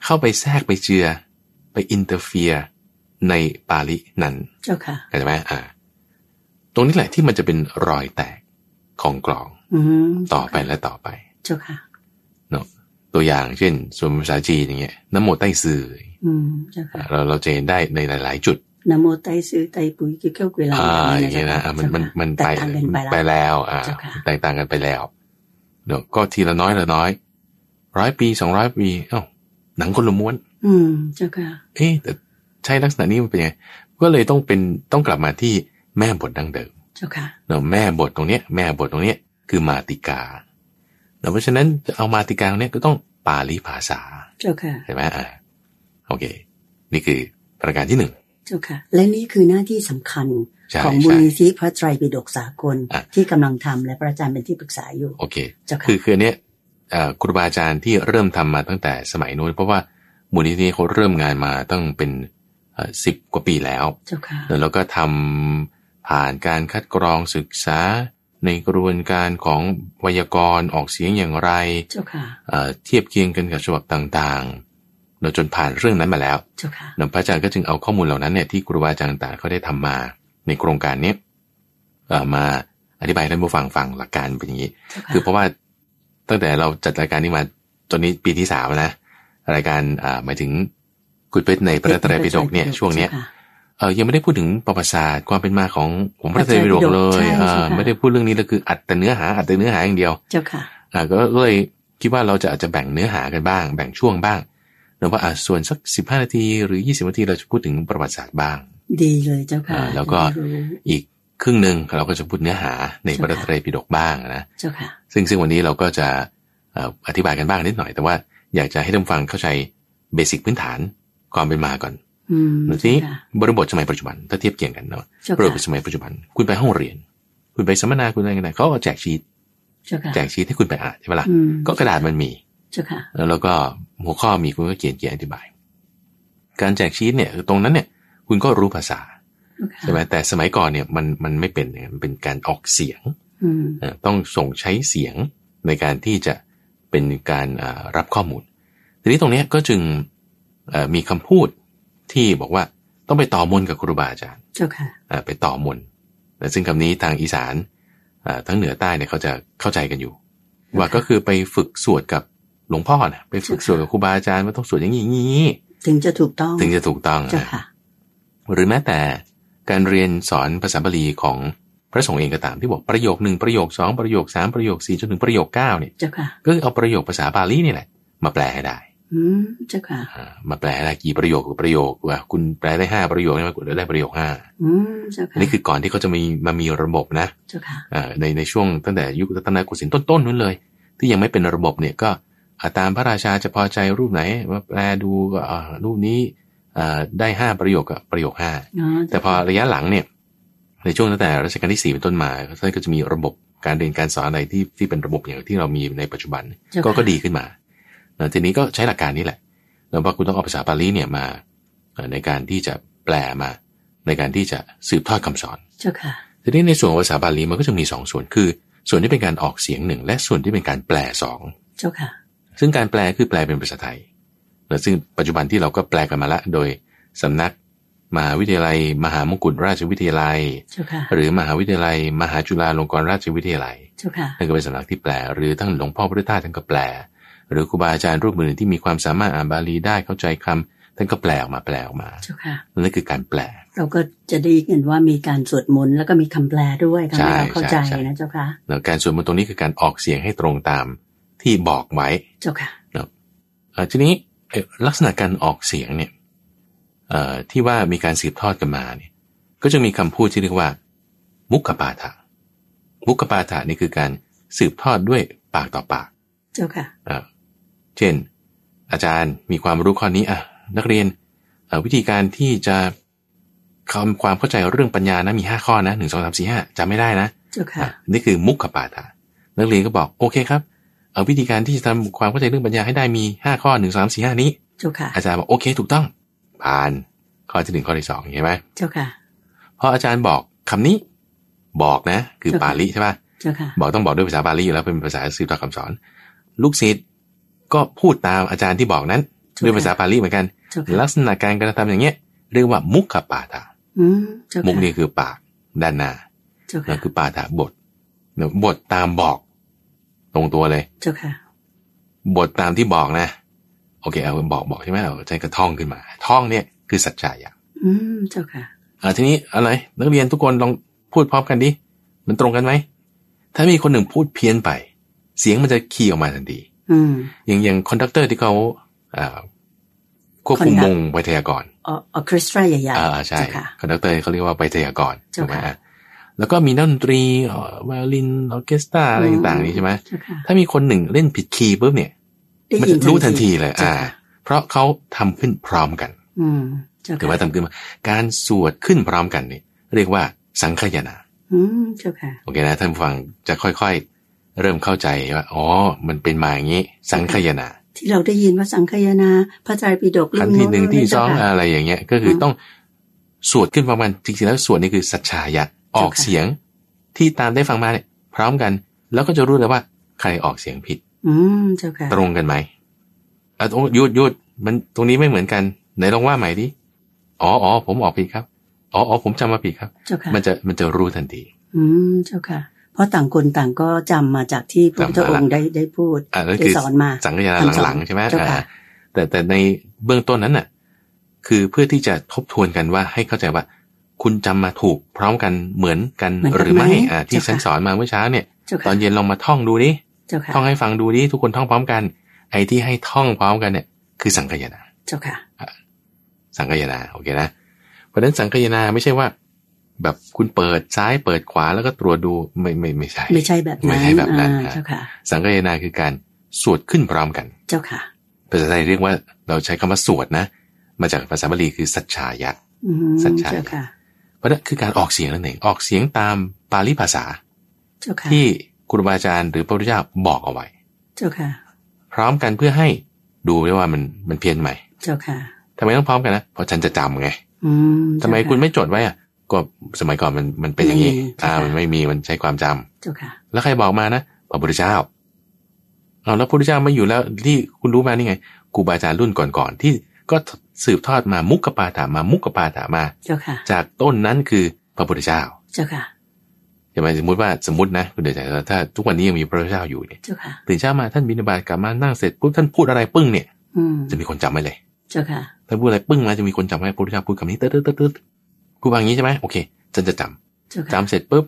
B: เข้าไปแทรกไปเจือ ไปอินเตอร์เฟียในบาลีนั้น
A: เจ้าค่ะ
B: เข้าใจไหมอ่า ตรงนี้แหละที่มันจะเป็นรอยแตกของกลอง
A: อืม
B: ต่อไปและต่อไป
A: เจ้าค่ะ
B: ตัวอย่างเช่น ส่วนภาษาจีนอย่างเงี้ยนะโมไต้ซื่อ
A: อืมเจ้าค่ะ
B: เราเราจะเห็นได้ในหลาย ๆ จุด
A: นะโมไตซื้อไตปุ๋ยเกี่ยวกับเวลา
B: อ่าอย่าง
A: เงี้
B: เงี้ยนะอ่ะมันมันมัน
A: แต
B: ไป
A: กต่างกันไป
B: ไป
A: แล้ว
B: แล้วอ่า
A: เจ้าค่ะ
B: แตกต่างกันไปแล้วเดี๋ยวก็ทีละน้อยละน้อยร้อยปีสองร้อยปีเอ้า หนังคนละม้วน
A: อืมเจ้าค่ะ
B: เอ๊ะแต่ใช่ลักษณะนี้มันเป็นยังไง ก็เลยต้องเป็นต้องกลับมาที่แม่บทดั้งเดิม
A: เจ้าค่ะ
B: เนาะแม่บทตรงเนี้ยแม่บทตรงเนี้ยคือมาติกาเนาะเพราะฉะนั้นจะเอามาติกาตรงเนี้ยก็ต้องปาลีภาษา
A: เจ้าค่ะ
B: ใช่ไหมอ่าโอเค นี่คือประการที่หนึ่ง
A: เจ้าค่ะ และนี่คือหน้าที่สำคัญ
B: ใช่
A: ของมูล
B: ใช่
A: นิธิพระไตรปิฎกสากล
B: อ่ะ
A: ที่กำลังทำและพระอาจารย์เป็นที่ปรึกษาอยู่
B: โอเค
A: เจ้าค่ะ
B: คือคืออันเนี้ยเอ่อครูบาอาจารย์ที่เริ่มทำมาตั้งแต่สมัยนู้นเพราะว่ามูลนิธิเขาเริ่มงานมาตั้งเป็นสิบกว่าปีแล้ว
A: เจ้าค่ะ
B: แล้วก็ทำผ่านการคัดกรองศึกษา ในกระบวนการของไวยากรณ์ออกเสียงอย่างไร
A: เจ้าค่ะ
B: เอ่อเทียบเคียงกันกับฉบับต่างๆเราจนผ่านเรื่องนั้นมาแล้ว
A: เจ้าค่ะ
B: นพระอาจารย์ก็จึงเอาข้อมูลเหล่านั้นเนี่ยที่ครูบาอาจารย์ต่างๆเขาได้ทำมาในโครงการเนี้ยเอ่อมาอธิบายให้ท่านผู้ฟังฟังหลักการเป็นอย่างนี้
A: เจ้าค่ะ
B: คือเพราะว่าตั้งแต่เราจัดรายการนี้มาจนนี้ปีที่สามนะรายการอ่าหมายถึงกุดเพชรในพระไตรปิฎกเนี่ยช่วงเนี้ย เออยังไม่ได้พูดถึงประวัติศาสตร์ความเป็นมาของของพระไตรปิฎกเลย
A: ใช่ใช่
B: เออ
A: ค่ะ
B: ไม่ได้พูดเรื่องนี้เลยคืออัดแต่เนื้อหาอัดแต่เนื้อหาอย่างเดียว
A: เจ้าค่ะ
B: อ่ะก็ก็เลยคิดว่าเราจะอาจจะแบ่งเนื้อหากันบ้าง แบ่งช่วงบ้างเนอะว่าอ่ะส่วนสัก 15 นาทีหรือ 20 นาทีเราจะพูดถึงประวัติศาสตร์บ้าง
A: ดีเลยเจ้าค่ะ
B: อ่าแล้วก็
A: จะได้รู้
B: อีกครึ่งหนึ่งเราก็จะพูดเนื้อหาในพ
A: ใช่ค่ะ
B: ระไตรปิฎกบ้างนะ
A: เจ้าค่ะ
B: ซึ่งซึ่งวันนี้เราก็จะเอ่ออธิบายกันบ้างนิดหน่อย แต่ว่าอยากจะให้ท่านผู้ฟังเข้าใจเบสิกพื้นฐานความเป็นมาก่อน
A: อืม
B: เนอะทีนี้บริบทสมัยปัจจุบันถ้าเทียบเคียงกันเนาะ
A: เจ้า
B: เปิด
A: ค่ะ
B: เป็นสมัยปัจจุบัน คุณไปห้องเรียน คุณไปสัมมนาคุณอะไรกันไหนเขาก็แจกชีต
A: เจ้าค่ะ
B: แจกชีตให้คุณไปอ่านใช่ไหมล่ะ
A: อืม
B: ก็กระดาษมันมี
A: เจ้าค่ะ
B: แล้วก็หัวข้อมีคุณก็เขียนเขียนอธิบาย การแจกชีตเนี่ยตรงนั้นเนี่ย คุณก็รู้ภาษาใช่ไหมแต่สมัยก่อนเนี่ยมันมันไม่เป็นอย่างนั้นมันเป็นการออกเสียง
A: อืม
B: เอ่อต้องส่งใช้เสียงในการที่จะเป็นการอ่ารับข้อมูล ทีนี้ตรงเนี้ยก็จึงเอ่อมีคำพูดที่บอกว่าต้องไปต่อมนกับครูบาอาจารย์
A: เจ้าค่ะ
B: อ่าไปต่อมนแต่ซึ่งคำนี้ทางอีสานอ่าทั้งเหนือใต้เนี่ยเขาจะเข้าใจกันอยู่ ว่าก็คือไปฝึกสวดกับหลวงพ่อนะไปฝึกสวดกับครูบาอาจารย์ว่าต้องสวดอย่างนี้อย่างนี้
A: ถึงจะถูกต้อง
B: ถึงจะถูกต้อง
A: เจ้า
B: อ่ะ
A: ค่ะ
B: หรือแม้แต่การเรียนสอนภาษาบาลีของพระสงฆ์เองก็ตามที่บอกประโยคหนึ่งประโยคสองประโยคสามประโยคสี่จนถึงประโยคเก้าเนี่ย
A: เจ้าค่ะ
B: ก็คือเอาประโยคภาษาบาลีนี่แหละมาแปลให้ได้
A: อืมเจ้าค่ะ
B: อ่ามาแปลให้ได้กี่ประโยคกี่ประโยคว่า คุณแปลได้ห้าประโยคใช่ไหมคุณได้ประโยคห้า
A: อืมเจ้าค่ะ
B: นี่คือก่อนที่เขาจะมีมามีระบบนะ
A: เจ้าค่ะ
B: อ่าในในช่วงตั้งแต่ยุครัตนโกสินทร์ต้นๆนู้นเลย ที่ยังไม่เป็นระบบเนี่ยก็อ่าตามพระราชาจะพอใจรูปไหนมาแปลดูก็อ่ารูปนี้อ่าได้ห้าประโยคกับประโยคห้า
A: อ๋อ
B: แต่พอระยะหลังเนี่ยในช่วงตั้งแต่รัชกาลที่สี่เป็นต้นมาท่านก็จะมีระบบการเรียนการสอนอะไรที่ที่เป็นระบบอย่างที่เรามีในปัจจุบัน
A: เจ้า
B: ก็
A: ค่ะ
B: ก็ดีขึ้นมาแล้วทีนี้ก็ใช้หลักการนี้แหละ แล้วว่าคุณต้องเอาภาษาบาลีเนี่ยมาเอ่อในการที่จะแปลมา ในการที่จะสืบทอดคำสอน
A: เจ้าค่ะ
B: ทีนี้ในส่วนของภาษาบาลีมันก็จะมีสองส่วนคือ ส่วนที่เป็นการออกเสียงหนึ่งและส่วนที่เป็นการแปลสอง
A: เจ้าค่ะ
B: ซึ่งการแปลคือแปลเป็นภาษาไทยและซึ่งปัจจุบันที่เราก็แปลกันมาละ โดยสำนักมหาวิทยาลัย มหามงกุฎราชวิทยาลัย
A: เจ้าค่ะ
B: หรือมหาวิทยาลัย มหาจุฬาลงกรณราชวิทยาลัย
A: เจ้าค่ะ
B: นั่นก็เป็นสำนักที่แปล หรือทั้งหลวงพ่อพุทธทาสท่านก็แปล หรือครูบาอาจารย์รูปอื่นที่มีความสามารถอ่านบาลีได้เข้าใจคำท่านก็แปลออกมาแปลออกมา
A: เจ้าค่ะ
B: นั่นคือการแปล
A: เราก็จะได้เห็นว่ามีการสวดมนต์แล้วก็มีคำแปลด้วยทำให้เราเข้าใจ
B: ใช่ใช่
A: นะเจ้าค่ะ
B: แล้วการสวดมนต์ตรงนี้คือการออกเสียงให้ตรงตามที่บอกไว้
A: เจ้าค่ะ
B: เอ่อทีนี้เอ่อลักษณะการออกเสียงเนี่ยเอ่อที่ว่ามีการสืบทอดกันมาเนี่ยก็จะมีคำพูดที่เรียกว่า มุกปาฐะมุกปาฐะนี่คือการสืบทอดด้วยปากต่อปาก
A: เจ้าค่ะ
B: เอ่อเช่น อาจารย์มีความรู้ข้อนี้อ่ะนักเรียนเอ่อวิธีการที่จะคำความเข้าใจเรื่องปัญญานะมี 5 ข้อนะหนึ่งสองสามสี่ห้าจำไม่ได้นะ
A: เจ้าค่ะ
B: อ่ะนี่คือมุขปาฐะนักเรียนก็บอกโอเคครับเอาวิธีการที่จะทำความเข้าใจเรื่องปัญญาให้ได้มี 5 ข้อ 1 3 4 5 นี้
A: เจ้าค่ะ
B: อาจารย์บอกโอเค ถูกต้อง ผ่านข้อที่หนึ่งข้อที่สองเห็นไหม
A: เจ้าค่ะ
B: พออาจารย์บอกคำนี้บอกนะ คือ
A: เจ้าค่ะ
B: ปา ลีใช่ป่ะ
A: เจ้าค่ะ
B: บอกต้องบอกด้วยภาษาบาลีอยู่แล้วเป็นภาษาสืบทอดคำสอน ลูกศิษย์ก็พูดตามอาจารย์ที่บอกนั้น
A: เจ้าค่ะ
B: ด้วยภาษาบาลีเหมือนกัน
A: เจ้าค่ะ
B: ลักษณะการกระทำอย่างเงี้ยเรียกว่ามุขปาฐะ
A: อืมเจ้าค่ะ
B: มุกนี่คือปากด้านหน้า
A: เจ้าค่ะ
B: นั่นคือปาฐะบทเนี่ยบทตามบอก ตรงตัวเลย
A: เจ้าค่ะ
B: บทตามที่บอกนะ โอเคเอาบอกบอกใช่ไหมเอาใจกระท่องขึ้นมา ท่องเนี่ยคือสัจจะอย่าง
A: อืมเจ้าค่ะ
B: อ่าทีนี้อะไรนักเรียนทุกคนลองพูดพร้อมกันดิมันตรงกันไหมถ้ามีคนหนึ่งพูดเพี้ยนไป เสียงมันจะขี่ออกมาทันที
A: อืม
B: อย่างอย่างคอนดักเตอร์ที่เขาอ่า ควบคุมวงไวยทยากรณ์
A: ออเคสตราใหญ่
B: อ่า
A: ๆ
B: ใช่
A: เจ้าค่ะ
B: คอนดักเตอร์เขาเรียกว่าไวยทยากรณ์
A: เจ้า
B: ถูกไหม
A: ค่ะ
B: ฮะแล้วก็มีนักดนตรีไวโอลินออร์เคสตราอะไร
A: อืม
B: ต่างๆนี่ใช่ไหม
A: เจ้าค่ะ
B: ถ้ามีคนหนึ่งเล่นผิดคีย์ปุ๊บเนี่ย
A: ได้
B: มัน
A: ยิน
B: รู้ทันทีเลย
A: เจ้า
B: อ่า
A: ค่ะ
B: เพราะเขาทำขึ้นพร้อมกัน
A: อืมเจ้า
B: ถือว่า
A: ค่ะ
B: ทำขึ้นมาการสวดขึ้นพร้อมกันเนี่ยเรียกว่าสังขยานา
A: อืมเจ้าค่ะ
B: โอเคนะท่านผู้ฟังจะค่อยๆ เริ่มเข้าใจว่าอ๋อ มันเป็นมาอย่างนี้ สังขยานา
A: ที่เราได้ยินว่าสังคายนา พระไตรปิฎก
B: ขั้
A: เล่มโน้น
B: นที่หนึ่ง
A: เล่ม
B: ที่
A: นี้
B: สอ
A: เจ้างค่ะ
B: อะไรอย่างเงี้ย ก็คือ
A: ม
B: ต้องสวดขึ้นพร้อมกันจริงๆแล้วสวดนี่คือสัจฉายะออก
A: เจ้าค่ะ
B: เสียงที่ตามได้ฟังมาเนี่ยพร้อมกัน แล้วก็จะรู้เลยว่าใครออกเสียงผิด
A: อืมเจ้าค่ะ
B: ตรงกันไหมอ่ะโอ้หยุดหยุดมันตรงนี้ไม่เหมือนกัน ไหนลองว่าใหม่ดิ อ๋ออ๋อผมออกผิดครับ อ๋ออ๋อผมจำมาผิดครับ
A: เจ้าค่ะ
B: มันจะมันจะรู้ทันที
A: อืมเจ้าค่ะ เพราะต่างคนต่างก็จำมาจากที่พระพุทธ
B: จำมาละ
A: องค์ได้ได้พูด
B: อ่านั่น
A: ได้
B: คือ
A: สอนมา
B: สังขยา
A: คำสอน
B: หลังๆใช่ไหม
A: เจ้าค่ะ
B: อ่าแต่แต่ในเบื้องต้นนั้นน่ะ คือเพื่อที่จะทบทวนกันว่าให้เข้าใจว่า คุณจำมาถูกพร้อมกันเหมือนกัน
A: เหมือนกัน
B: หรือไม่
A: ไหม
B: อ่าที่
A: เจ้าค่ะ
B: ฉันสอนมาเมื่อเช้าเนี่ย
A: เจ้า
B: ต
A: ค่ะ
B: อนเย็นลองมาท่องดูดิ
A: เจ้าค่ะ
B: ท่องให้ฟังดูดิทุกคนท่องพร้อมกัน ไอ้ที่ให้ท่องพร้อมกันเนี่ย คือสังขยา
A: เจ้าค่ะ
B: สังคายนาโอเคนะเพราะฉะนั้นสังคายนาไม่ใช่ว่า แบบคุณเปิดซ้ายเปิดขวาแล้วก็ตรวจดูไม่ไม่ไม่ใช่
A: ไม่ใช่แบบนั้น
B: ไม่ใช่แบบนั้น
A: อ่า
B: ฮะ
A: เจ้าค่ะ
B: สังคายนาคือการสวดขึ้นพร้อมกัน
A: เจ้าค่ะ
B: ภาษาไทยเรียกว่าเราใช้คำว่าสวดนะ มาจากภาษาบาลีคือสัจฉายะ
A: อืม
B: สัจจะ
A: เจ้าค่ะ
B: เพราะนั่นคือการออกเสียงนั่นเองออกเสียงตามปาลีภาษา
A: เจ้าค่ะ
B: ที่ครูบาอาจารย์หรือพระพุทธเจ้าบอกเอาไว้
A: เจ้าค่ะ
B: พร้อมกันเพื่อให้ดูด้วยว่ามันมันเพี้ยนไหม
A: เจ้าค่ะ
B: ทำไมต้องพร้อมกันนะเพราะฉันจะจำไง
A: อืม
B: ทำไม
A: เจ้าะ
B: คุณไม่จดไว้อะก็สมัยก่อนมันมันเป็นอย่างนี้
A: ไม่มี
B: อ่า
A: ค่ะ
B: มันไม่มีมันใช้ความจำ
A: เจ้าค่ะ
B: แล้วใครบอกมานะพระพุทธเจ้าเอาแล้วพระพุทธเจ้าไม่อยู่แล้วที่คุณรู้มานี่ไงครูบาอาจารย์รุ่นก่อนๆที่ก็สืบทอดมามุกกปาถามามุกกปาถามา
A: เจ้าค่ะ
B: จากต้นนั้นคือพระพุทธเจ้า
A: เจ้าค่ะ
B: ใช่ไหมสมมติว่าสมมตินะคุณเดชใจว่าถ้าทุกวันนี้ยังมีพระพุทธเจ้าอยู่เนี่ย
A: เจ้าค่ะ
B: ตื่นเช้ามาท่านบิณฑบาตกลับมานั่งเสร็จปุ๊บท่านพูดอะไรปึ้งเนี่ย
A: อืม
B: จะมีคนจำไว้เลย
A: เจ้าค่ะ
B: ถ้าพูดอะไรปึ้งมาจะมีคนจำไว้พระพุทธเจ้าพูดคำนี้ตึ๊ดตึ๊ดตึ๊ดตึ๊ดกูวางอย่างนี้ใช่ไหมโอเคฉันจะจำ
A: เจ้าค่ะ
B: จำเสร็จปุ๊บ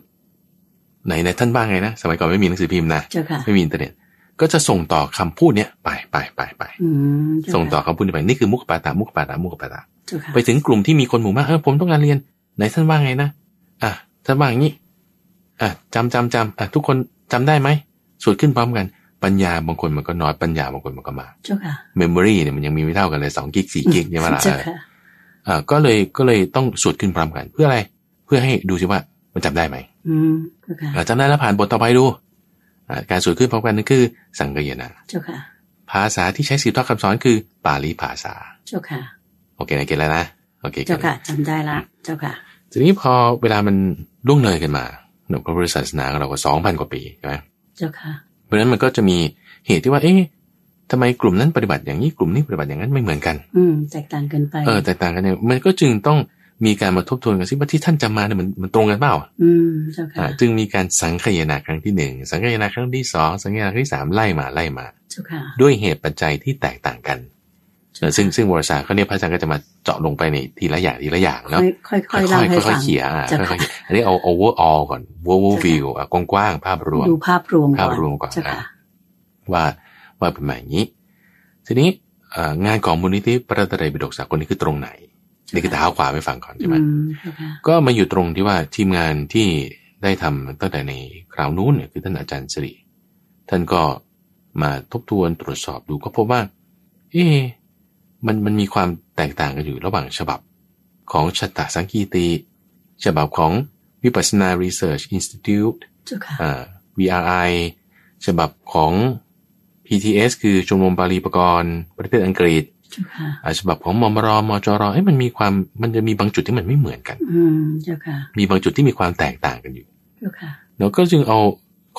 B: ไหนไหนท่านบ้างไงนะ สมัยก่อนไม่มีหนังสือพิมพ์นะ
A: เจ้าค่ะ
B: ไม่มีอินเทอร์เน็ต ก็จะส่งต่อคำพูดเนี้ยไปไปไปไป
A: อืมเจ้าค่ะ
B: ส่งต่อคำพูดนี้ไปนี่คือมุกปาตามุกปาตามุกปาตา
A: เจ้าค่ะ
B: ไปถึงกลุ่มที่มีคนหมู่มากเออผมต้องการเรียน ไหนท่านว่าไงนะอ่ะท่านว่าอย่างนี้อ่ะจำจำจำอ่ะทุกคนจำได้ไหมสวดขึ้นพร้อมกันปัญญาบางคนมันก็น้อยปัญญาบางคนมันก็มา
A: เจ้าค่ะ
B: เมมโมรีเนี่ยมันยังมีไม่เท่ากันเลยสองกิกสี่กิกใช่ไหมล่ะ
A: เจ้าค่ะ
B: อ่ะก็เลยก็เลยต้องสวดขึ้นพร้อมกัน เพื่ออะไรเพื่อให้ดูสิว่ามันจำได้ไหม
A: อืมเจ้าค่ะ
B: อ่าจำได้แล้วผ่านบทต่อไปดูอ่าการสวดขึ้นพร้อมกันนั่นคือ สังเกยนา
A: เจ้าค่ะ
B: ภาษาที่ใช้สืบทอดคำสอนคือปาลีภาษา
A: เจ้าค่ะ
B: โอเคนะเก็ตแล้วนะโอเคเก็
A: เจ้า
B: ต
A: ค่ะจำได้ละ เจ้าค่ะ
B: ทีนี้พอเวลามันล่วงเลยกันมาหนุพระพุทธศาสนาของเราก็สองพันกว่าปีใช่ไหม
A: เจ้าค่ะ
B: เพราะฉะนั้นมันก็จะมีเหตุที่ว่าเอ๊ะทำไมกลุ่มนั้นปฏิบัติอย่างนี้กลุ่มนี้ปฏิบัติอย่างนั้นไม่เหมือนกัน
A: อืม แตกต่างกันไป
B: เออแตกต่างกันเนี่ยมันก็จึงต้องมีการมาทบทวนกันซิว่าที่ท่านจำมาเนี่ยมันมันตรงกันเปล่า
A: อืม เจ้าค่ะ
B: อ่าจึงมีการสังคายนาครั้งที่หนึ่งสังคายนาครั้งที่สองสังคายนาครั้งที่สามไล่มาไล่มา
A: เจ้าค่ะ
B: ด้วยเหตุปัจจัยที่แตกต่างกัน
A: เจ้าค่ะ
B: ซึ่งซึ่งวารสารเขาเนี่ยพระอาจารย์ก็จะมาเจาะลงไปในทีละอย่างทีละอย่างเนาะ
A: ค่อยๆค่อยๆเล่าให้
B: ค่
A: ฟั
B: อย
A: ง
B: ๆเขียนอ่ะ
A: เจ้า
B: ค่
A: ค่ะ
B: อยๆเขียนอันนี้เอา overall ก่อน overall
A: เจ้าค่ะ
B: view อ่ะกว้างๆภาพรวม
A: ดูภาพรวมก่อน
B: ภาพรวมก่อน
A: เจ้าค่ะ
B: อ่ะ ว่าว่าเป็นมาอย่างนี้ ทีนี้เอ่องานของมูลนิธิพระตรัยบิดกสากลนี่คือตรงไหนนี่คือเท้าขวาไปฟังก่อนใช่ไหม
A: อืมเจ้าค่ะ
B: ก็มาอยู่ตรงที่ว่าทีมงานที่ได้ทำตั้งแต่ในคราวนู้นเนี่ยคือท่านอาจารย์สิริท่านก็มาทบทวนตรวจสอบดูก็พบว่า เอ๊ะมันมันมีความแตกต่างกันอยู่ระหว่างฉบับของชตสังคีติ ฉบับของวิปัสสนา Research Institute
A: เจ้าค่ะ
B: อ่า VRI ฉบับของ PTS คือชมรมบาลีปกรณ์ประเทศอังกฤษ
A: เจ้าค่ะ
B: อ่าฉบับของมมรมจรเอ้ยมันมีความมันจะมีบางจุดที่มันไม่เหมือนกัน
A: อืม เจ้าค่ะ
B: มีบางจุดที่มีความแตกต่างกันอยู่
A: เจ้าค่ะ
B: เราก็จึงเอา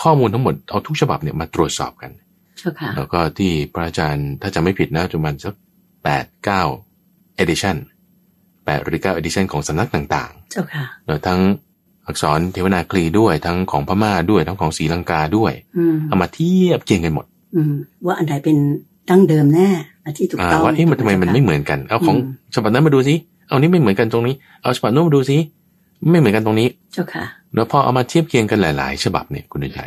B: ข้อมูลทั้งหมดเอาทุกฉบับเนี่ยมาตรวจสอบกัน
A: เจ้าค่ะ
B: แล้วก็ที่พระอาจารย์ถ้าจำไม่ผิดนะจุมันสักแปดเก้าเอดิชันแปดหรือเก้าเอดิชันของสำนักต่าง
A: เจ้าค่ะ
B: ๆแล้วทั้งอักษรเทวนาคลีด้วยทั้งของพม่าด้วยทั้งของศรีลังกาด้วย
A: อืม
B: เอามาเทียบเคียงกันหมด
A: อืม ว่าอันไหนเป็นดั้งเดิมแน่อันที่ถูก
B: อ่า
A: ต้อง
B: ว่าเอ๊ะมันทำไมมันไม่
A: เจ้าค่ะ
B: เหมือนกันเอาของ
A: อืม
B: ฉบับนั้นมาดูสิเอานี้ไม่เหมือนกันตรงนี้เอาฉบับโน้นมาดูสิไม่เหมือนกันตรงนี้
A: เจ้าค่ะ
B: แล้วพอเอามาเทียบเคียงกันหลาย ๆ ฉบับเนี่ยคุณใหญ่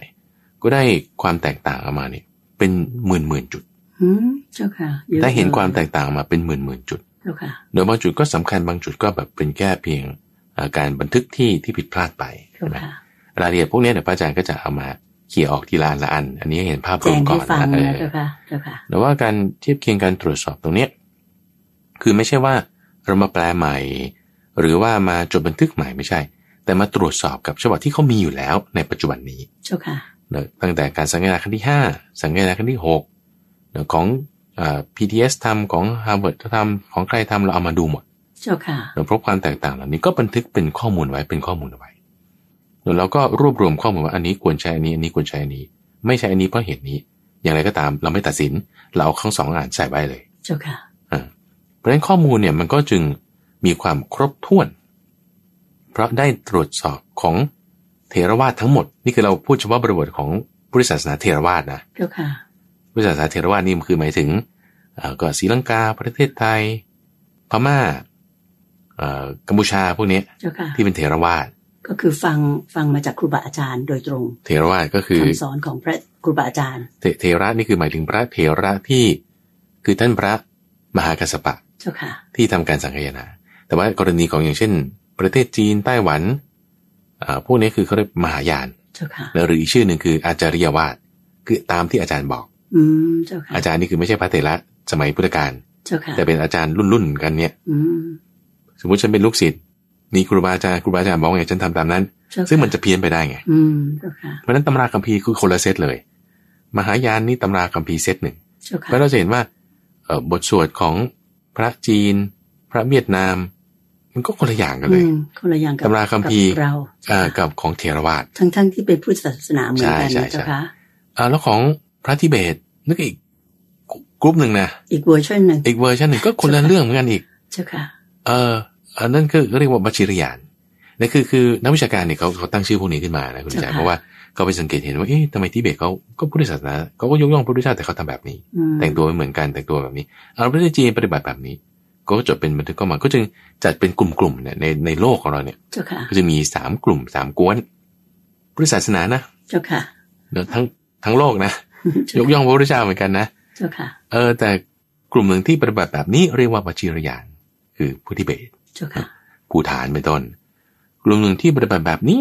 B: ก็ได้ความแตกต่างออกมาเนี่ยเป็นหมื่นหมื่นๆจุด
A: อืมเจ้าค่ะยอะ
B: ได้เห็นความแตกต่างมาเป็นหมื่นหมื่นจุด
A: เจ้าค่ะ
B: โดยบางจุดก็สำคัญบางจุดก็แบบเป็นแค่เพียงเอ่อการบันทึกที่ที่ผิดพลาดไป
A: เจ้า
B: ใช่ไหม
A: ค่ะ
B: รายละเอียดพวกเนี้ยเดี๋ยวพระอาจารย์ก็จะเอามาเขี่ยออกทีละอันละอัน อันนี้ให้เห็นภาพร
A: แจ้
B: วม
A: ง
B: ก่
A: ให้
B: อน
A: ฟัง
B: นะ
A: นะ
B: เออ
A: เจ้าค่ะ เจ้าค่ะ
B: แต่ว่าการเทียบเคียงการตรวจสอบตรงเนี้ยคือไม่ใช่ว่าเรามาแปลใหม่ หรือว่ามาจดบันทึกใหม่ไม่ใช่ แต่มาตรวจสอบกับฉบับที่เขามีอยู่แล้วในปัจจุบันนี้
A: เจ้าค่ะ
B: นะตั้งแต่การสังเกตการณ์ครั้งที่ 5 สังเกตการณ์ครั้งที่6นะของเอ่อ PTS ทำของ Harvard ทำของใครทำเราเอามาดูหมด
A: เจ้าค่ะ
B: เราพบความแตกต่างเหล่านี้ก็บันทึกเป็นข้อมูลไว้เป็นข้อมูลเอาไว้แล้วเราก็รวบรวมข้อมูลว่าอันนี้ควรใช้อันนี้อันนี้ควรใช้อันนี้ ไม่ใช่อันนี้เพราะเหตุนี้ อย่างไรก็ตามเราไม่ตัดสิน เราเอาทั้งสองอ่านใส่ไว้เลย
A: เจ้าค่ะ
B: เพราะฉะนั้นข้อมูลเนี่ยมันก็จึงมีความครบถ้วน เพราะได้ตรวจสอบของเทรวาททั้งหมด นี่คือเราพูดเฉพาะบริบทของพุทธศาสนาเทรวาทนะ
A: เจ้าค่ะ
B: พุทธศาสนาเทรวาทนี่มันคือหมายถึงเอ่อก็ศรีลังกาประเทศไทย พม่าเอ่อกัมพูชาพวกเนี้ย
A: เจ้าค่ะ
B: ที่เป็นเทรวาท
A: ก็คือฟังฟังมาจากครูบาอาจารย์โดยตรง
B: เทรวาทก็คือ
A: คำสอนของพระครูบาอาจารย์
B: เทเทระนี่คือหมายถึงพระเทระที่คือท่านพระมหากัสสปะ
A: เจ้าค่ะ
B: ที่ทำการสังคายนา แต่ว่ากรณีของอย่างเช่น ประเทศจีนไต้หวันอ่าพวกนี้คือเขาเรียกมหายาน
A: เจ้าค่ะ
B: แล้วหรืออีกชื่อหนึ่งคืออาจาริยวาดคือตามที่อาจารย์บอก
A: อืม เจ้าค่ะ
B: อาจารย์นี่คือไม่ใช่พระเถระสมัยพุทธกาล
A: เจ้าค่ะ
B: แต่เป็นอาจารย์รุ่นๆกันเนี่ย
A: อืม
B: สมมติฉันเป็นลูกศิษย์มีครูบาอาจารย์ครูบาอาจารย์บอกไงฉันทำตามนั้น
A: เจ้าค่ะ
B: ซึ่งมันจะเพี้ยนไปได้ไง
A: อืม เจ้าค่ะ
B: เพราะฉะนั้นตำราคัมภีร์คือคนละเซตเลย มหายานนี่ตำราคัมภีร์เซตหนึ่ง
A: เจ้าค่ะ
B: แล้วเราจะเห็นว่าเอ่อบทสวดของพระจีน พระเวียดนาม มันก็คนละอย่างกันเลย
A: อืมคนละอย่างกับ
B: ตำราคัมภีร์
A: กับเรา
B: อ่ากับของเทรวาส
A: ทั้งทั้งๆที่เป็นพุทธศาสนาเหมือนกัน
B: ใช่
A: นะ
B: ใช่
A: เจ้าค่ะ
B: อ่าแล้วของพระทิเบตนึกอีกกกลุ่มหนึ่งนะ
A: อีกเวอร์ชันหนึ่ง
B: อีกเวอร์ชันหนึ่งก็คนละเรื่องเหมือนกันอีก
A: เจ้าค่ะ
B: เอออันนั้นคือเรียกว่าบัชิรยานนั่นคือคือนักวิชาการเนี่ยเขาเขาตั้งชื่อพวกนี้ขึ้นมานะคุณ
A: เจ้า
B: จ่าย
A: ค่ะ
B: เพราะว่าเขาไปสังเกตเห็นว่าเอ๊ะทำไมทิเบตเขาก็พุทธศาสนาเขาก็ยกย่องพระพุทธเจ้าแต่เขาทำแบบนี้
A: อืม
B: แต่งตัวไม่เหมือนกันแต่งตัวแบบนี้เอาประเทศจีนปฏิบัติแบบนี้ ก็จดเป็นบันทึกเข้ามาก็จึงจัดเป็นกลุ่มๆเนี่ยในในโลกของเราเนี่ย
A: เจ้าค่ะ
B: ก็จะมีสามกลุ่มสามกวนพุทธศาสนานะ
A: เจ้าค่ะ
B: เนอะทั้งทั้งโลกนะ
A: เจ้าย
B: กย่องพระพุทธเจ้าเหมือนกันนะ
A: เจ้าค่ะ
B: เออแต่กลุ่มหนึ่งที่ปฏิบัติแบบนี้เรียกว่าปชิรยานคือผู้ทิเบต
A: เจ้าค่ะ
B: ภูฐานเป็นต้น กลุ่มหนึ่งที่ปฏิบัติแบบนี้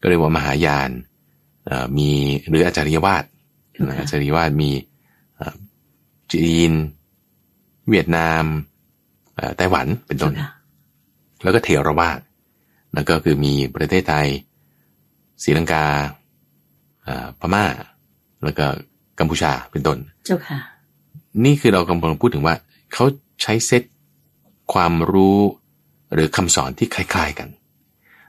B: ก็เรียกว่ามหายานเอ่อมีหรืออาจารยวาด
A: เจ้าค่ะ
B: อาจารยวาดมีเอ่อจีน เวียดนามเอ่อไต้หวันเป็นต้
A: เจ้าน ค่ะ
B: แล้วก็เถรวาทแล้วก็คือมีประเทศไทยศรีลังกาอ่าพม่า แล้วก็กัมพูชาเป็นต้น
A: เจ้าค่ะ
B: นี่คือเรากำลังพูดถึงว่า เขาใช้เซตความรู้หรือคำสอนที่คล้าย ๆกัน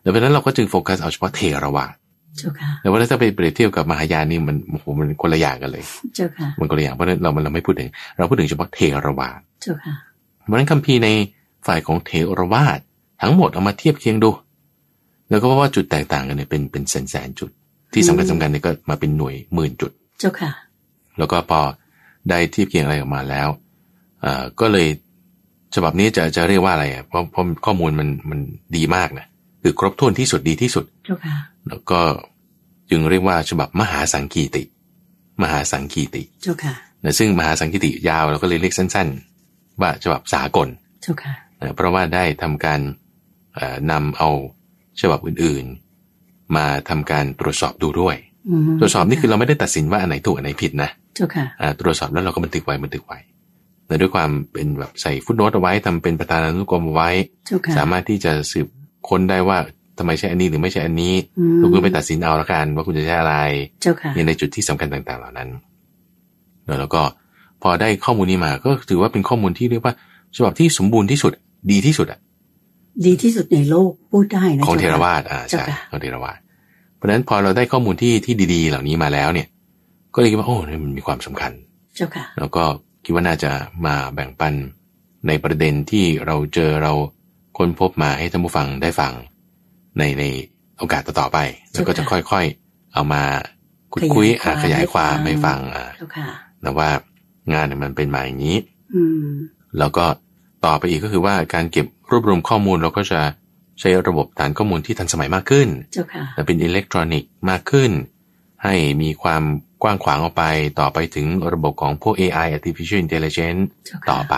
B: ดังนั้นเราก็จึงโฟกัสเอาเฉพาะเทรวาท
A: เจ้าค่ะ
B: แต่ว่าถ้าไปเปรียบเทียบกับมหายานนี่มันโอ้โหมันคนละอย่างกันเลย
A: เจ้าค่ะ
B: มันคนละอย่างเพราะฉะนั้นเราเราไม่พูดถึง เราพูดถึงเฉพาะเทรวาท
A: เจ้าค่ะ
B: เพราะฉะนั้นคัมภีร์ในฝ่ายของเทรวาททั้งหมดเอามาเทียบเคียงดู แล้วก็ว่าจุดแตกต่างกันเนี่ยเป็นเป็นแสนๆจุด ที่สำคัญสำคัญเนี่ยก็มาเป็นหน่วยหมื่นจุด
A: เจ้าค่ะ
B: แล้วก็พอได้เทียบเคียงอะไรออกมาแล้วเอ่อก็เลยฉบับนี้จะจะเรียกว่าอะไรอ่ะเพราะเพราะข้อมูลมันมันดีมากนะคือครบถ้วนที่สุดดีที่สุด
A: เจ้าค่ะ
B: แล้วก็จึงเรียกว่าฉบับมหาสังคีติ มหาสังคีติ
A: เจ้าค่ะ
B: นะซึ่งมหาสังคีติยาวเราก็เลยเรียกสั้น ๆ ว่าฉบับสากล
A: เจ้าค่ะ
B: นะเพราะว่าได้ทำการเอ่อนำเอาฉบับอื่นๆ มาทำการตรวจสอบดูด้วย
A: อืม
B: ตรวจสอบนี่คือเราไม่ได้ตัดสินว่าอันไหนถูกอันไหนผิดนะ
A: เจ้าค่ะ
B: อ่าตรวจสอบแล้วเราก็บันทึกไว้บันทึกไว้แต่ด้วยความเป็นแบบใส่ฟุตโนตเอาไว้ทำเป็นประธานานุกรมเอาไว้
A: เจ้าค่ะ
B: สามารถที่จะสืบค้นได้ว่าทำไมใช่อันนี้หรือไม่ใช่อันนี้
A: อืม
B: แล้วคุณไปตัดสินเอาละกันว่าคุณจะใช้อะไร
A: เจ้าค่ะ
B: เนี่ยในจุดที่สำคัญต่าง ๆ เหล่านั้นแล้วเราก็พอได้ข้อมูลนี้มาก็ถือว่าเป็นข้อมูลที่เรียกว่าฉบับที่สมบูรณ์ที่สุดดีที่สุดอะ
A: ดีที่สุดในโลกพูดได้นะ
B: ของเท
A: จ้
B: ร
A: ค่ะ
B: วาสอ่าใช่
A: เจ้าค่ะ
B: ของเทรวาสเพราะฉะนั้นพอเราได้ข้อมูลที่ที่ดี ๆ เหล่านี้มาแล้วเนี่ย ก็เลยคิดว่าโอ้เนี่ยมันมีความสำคัญ
A: เจ้าค่ะ
B: แล้วก็คิดว่าน่าจะมาแบ่งปันในประเด็นที่เราเจอเราค้นพบมาให้ท่านผู้ฟังได้ฟัง ในในโอกาสต่อๆไป แล้วก็จะค่อยๆ เอามาคุยคุยอ่ะขยาย
A: ขาย ยค
B: คาว
A: วาม ม
B: ให้ฟังอ่ะ
A: เจ้าค่ะ
B: นะว่างานเนี่ยมันเป็นมาอย่างนี้
A: อืม
B: แล้วก็ต่อไปอีกก็คือว่าการเก็บรวบรวมข้อมูลเราก็จะใช้ระบบฐานข้อมูลที่ทันสมัยมากขึ้น
A: เจ้าค่ะ
B: เป็นอิเล็กทรอนิกส์มากขึ้น ให้มีความ กว้างขวางออกไปต่อไปถึงระบบของพวก AI artificial intelligence
A: เจ้าค่ะ
B: ต่อไป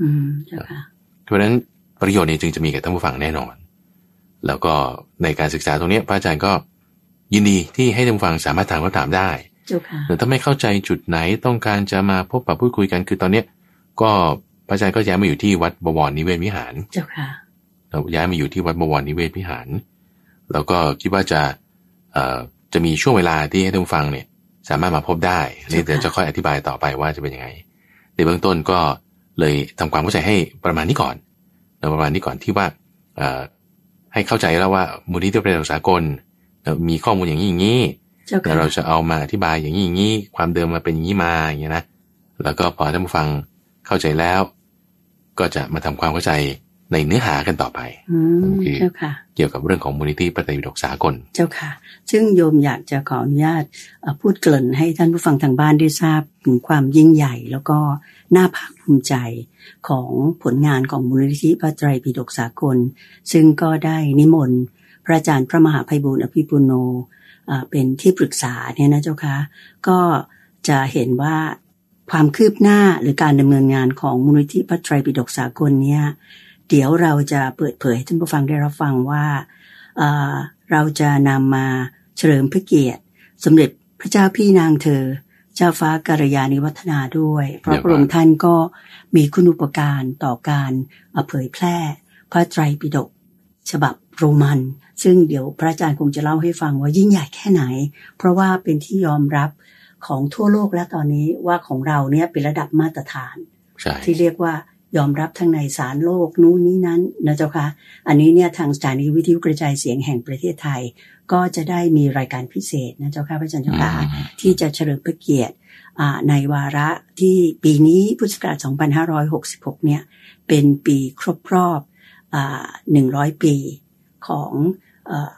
A: อืมเจ้าค่ะ
B: เพราะฉะนั้นประโยชน์เนี่ยจึงจะมีแก่ท่านผู้ฟังแน่นอน แล้วก็ในการศึกษาตรงเนี้ยพระอาจารย์ก็ยินดีที่ให้ท่านผู้ฟังสามารถถามคำถามได้
A: เจ้าค่ะ
B: หรือถ้าไม่เข้าใจจุดไหนต้องการจะมาพบปะพูดคุยกันคือตอนเนี้ยก็พระอาจารย์ก็ย้ายมาอยู่ที่วัดบวรนิเวศวิหาร
A: เจ้าค่ะ
B: เราย้ายมาอยู่ที่วัดบวรนิเวศวิหาร แล้วก็คิดว่าจะเอ่อจะมีช่วงเวลาที่ให้ท่านผู้ฟังเนี่ยสามารถมาพบได้นี่เดี๋ยวจะค่อยอธิบายต่อไปว่าจะเป็นยังไง ในเบื้องต้นก็เลยทำความเข้าใจให้ประมาณนี้ก่อนนะประมาณนี้ก่อนที่ว่าเอ่อให้เข้าใจแล้วว่ามูลนิธิประโยชน์สากลนะมีข้อมูลอย่างนี้อย่างนี้
A: เจ้า
B: แล้
A: ค่ะ
B: วเราจะเอามาอธิบายอย่างนี้อย่างนี้ความเดิมมาเป็นอย่างนี้มาอย่างนี้ยนะแล้วก็พอท่านผู้ฟังเข้าใจแล้ว ก็จะมาทำความเข้าใจในเนื้อหากันต่อไป
A: อืม
B: โอเค
A: เจ้าค่ะ
B: เกี่ยวกับเรื่องของมูลนิธิพระไตรปิฎกสากล
A: เจ้าค่ะ ซึ่งโยมอยากจะขออนุญาตเอ่อพูดเกริ่นให้ท่านผู้ฟังทางบ้านได้ทราบถึงความยิ่งใหญ่ แล้วก็น่าภาคภูมิใจของผลงานของมูลนิธิพระไตรปิฎกสากล ซึ่งก็ได้นิมนต์พระอาจารย์พระมหาไพบูลย์อภิปุโนอ่าเป็นที่ปรึกษาเนี่ยนะเจ้าค่ะก็จะเห็นว่าความคืบหน้าหรือการดำเนินงานของมูลนิธิพระไตรปิฎกสากลเนี่ยเดี๋ยวเราจะเปิดเผยให้ท่านผู้ฟังได้รับฟังว่า เอ่อเราจะนำมาเฉลิมพระเกียรติ สมเด็จพระเจ้าพี่นางเธอ เจ้าฟ้ากัลยาณิวัฒนาด้วย เพราะ
B: เดี๋ยว
A: พ
B: ก่อน
A: ระองค์ท่านก็มีคุณูปการต่อการเอ่อเผยแพร่พระไตรปิฎกฉบับโรมัน ซึ่งเดี๋ยวพระอาจารย์คงจะเล่าให้ฟังว่ายิ่งใหญ่แค่ไหน เพราะว่าเป็นที่ยอมรับของทั่วโลกแล้วตอนนี้ว่าของเราเนี่ยเป็นระดับมาตรฐาน
B: ใช่
A: ที่เรียกว่ายอมรับทั้งในสารโลกนู้นนี้นั้นนะเจ้าค่ะ อันนี้เนี่ยทางสถานีวิทยุกระจายเสียงแห่งประเทศไทย ก็จะได้มีรายการพิเศษนะเจ้าค่ะพระอาจารย์
B: อื
A: เจ้าค่ะ
B: ม
A: ที่จะเฉลิมพระเกียรติอ่าในวาระที่ปีนี้พุทธศักราช 2566 เนี่ย เป็นปีครบรอบอ่า100 ปีของเอ่อ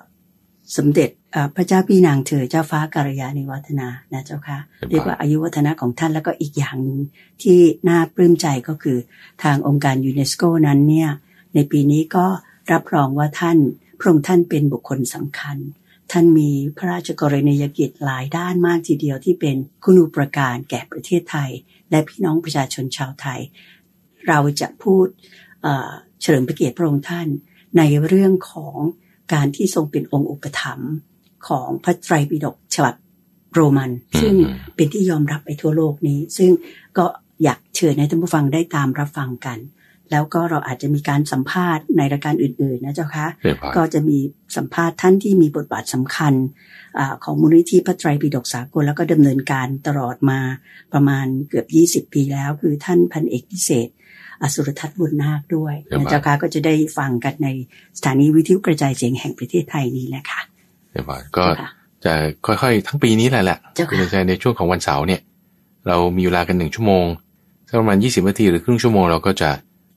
A: สมเด็จอ่าพระเจ้าพี่นางเธอเจ้าฟ้ากัลยาณิวัฒนานะเจ้าค่ะ
B: ครับ
A: เรียกว่าอายุวัฒนะของท่านแล้วก็อีกอย่างหนึ่งที่น่าปลื้มใจก็คือทางองค์การยูเนสโกนั้นเนี่ย ในปีนี้ก็รับรองว่าท่านพระองค์ท่านเป็นบุคคลสำคัญ ท่านมีพระราชกรณียกิจหลายด้านมากทีเดียวที่เป็นคุณูปการแก่ประเทศไทย และพี่น้องประชาชนชาวไทย เราจะพูดเอ่อเฉลิมพระเกียรติพระองค์ท่าน ในเรื่องของการที่ทรงเป็นองค์อุปถัมภ์ของพระไตรปิฎกฉบับโรมัน
B: อืม
A: ซึ่งเป็นที่ยอมรับไปทั่วโลกนี้ ซึ่งก็อยากเชิญให้ท่านผู้ฟังได้ตามรับฟังกัน แล้วก็เราอาจจะมีการสัมภาษณ์ในรายการอื่นๆนะเจ้าคะ
B: เรียบร้อย
A: ก็จะมีสัมภาษณ์ท่านที่มีบทบาทสำคัญอาของมูลนิธิพระไตรปิฎกสากล แล้วก็ดำเนินการตลอดมาประมาณเกือบ 20 ปีแล้ว คือท่านพันเอกพิเศษอสุรทัศน์บุญนาคด้วยนะเจ้าค่ะก็จะได้ฟังกันในสถานีวิทยุกระจายเสียงแห่งประเทศไทยนี้แหละค่ะ
B: เรียบร้อยก็
A: เจ้าค่ะ
B: จะค่อยๆ ทั้งปีนี้แหละแหละ
A: เจ้าค่ะ
B: ณอาจารย์ในช่วงของวันเสาร์เนี่ย เรามีเวลากันหนึ่งชั่วโมงสักประมาณยี่สิบนาทีหรือครึ่งชั่วโมงเราก็จะ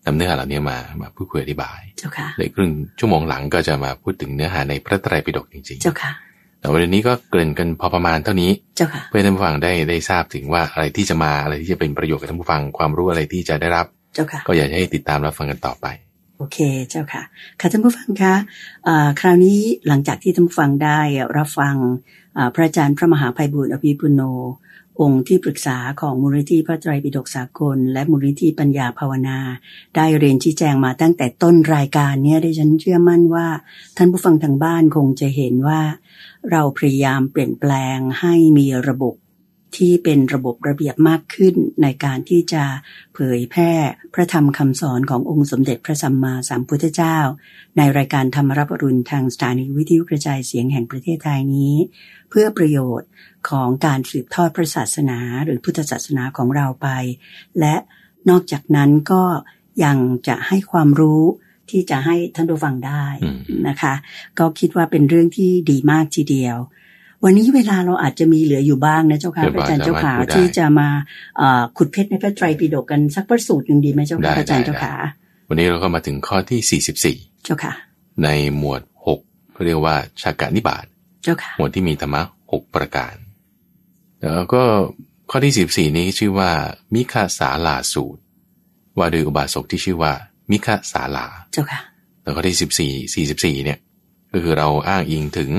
B: นำเนื้อหาเหล่านี้มามาพูดคุยอธิบาย
A: เจ้าค่ะ
B: ในครึ่งชั่วโมงหลังก็จะมาพูดถึงเนื้อหาในพระไตรปิฎกจริง
A: เจ้าค่ะ
B: ๆแต่วันนี้ก็เกริ่นกันพอประมาณเท่านี้
A: เจ้าค่ะ
B: เพื่อให้ท่านผู้ฟังได้ได้ทราบถึงว่าอะไรที่จะมาอะไรที่จะเป็นประโยชน์กับท่านผู้ฟังความรู้อะไรที่จะได้รับ
A: เจ้าค่ะ
B: ก็อยากจะให้ติดตามรับฟังกันต่อไป
A: โอเคเจ้าค่ะ ค่ะท่านผู้ฟังคะอ่าคราวนี้หลังจากที่ท่านผู้ฟังได้รับฟังอ่าพระอาจารย์พระมหาภัยบุญอภิปุโน องค์ที่ปรึกษาของมูลนิธิพระไตรปิฎกสากล และมูลนิธิปัญญาภาวนา ได้เรียนชี้แจงมาตั้งแต่ต้นรายการเนี่ยดิฉันเชื่อมั่นว่า ท่านผู้ฟังทางบ้านคงจะเห็นว่า เราพยายามเปลี่ยนแปลงให้มีระบบที่เป็นระบบระเบียบมากขึ้นในการที่จะเผยแพร่พระธรรมคำสอนขององค์สมเด็จพระสัมมาสัมพุทธเจ้า ในรายการธรรมรับอรุณทางสถานีวิทยุกระจายเสียงแห่งประเทศไทยนี้ เพื่อประโยชน์ของการสืบทอดพระศาสนาหรือพุทธศาสนาของเราไป และนอกจากนั้นก็ยังจะให้ความรู้ที่จะให้ท่านผู้ฟังได้
B: อืม
A: นะคะ ก็คิดว่าเป็นเรื่องที่ดีมากทีเดียว วันนี้เวลาเราอาจจะมีเหลืออยู่บ้างนะเจ้าค่ะ
B: เดี๋ยว
A: พระอาจารย์
B: สา
A: เจ้าม
B: ารถ
A: ขา
B: พูดได้
A: ที่จะมาเอ่อขุดเพชรในพระไตรปิฎกกันสักประสูตรหนึ่งดีไหมเจ้าค่ะ
B: ได้
A: พระอาจารย์
B: ได้
A: เจ้าขา
B: วันนี้เราก็มาถึงข้อที่
A: เจ้าค่ะ
B: 44 ในหมวด6เขาเรียกว่าชากานิบาต
A: เจ้าค่ะ
B: หมวดที่มีธรรมะ 6 ประการ แล้วก็ข้อที่ 44 นี้ชื่อว่ามิคาสาลาสูตร ว่าโดยอุบาสกที่ชื่อว่ามิคาสาลา
A: เจ้าค่ะ
B: แล้วก็ที่ 14 44 เนี่ย ก็คือเราอ้างอิงถึง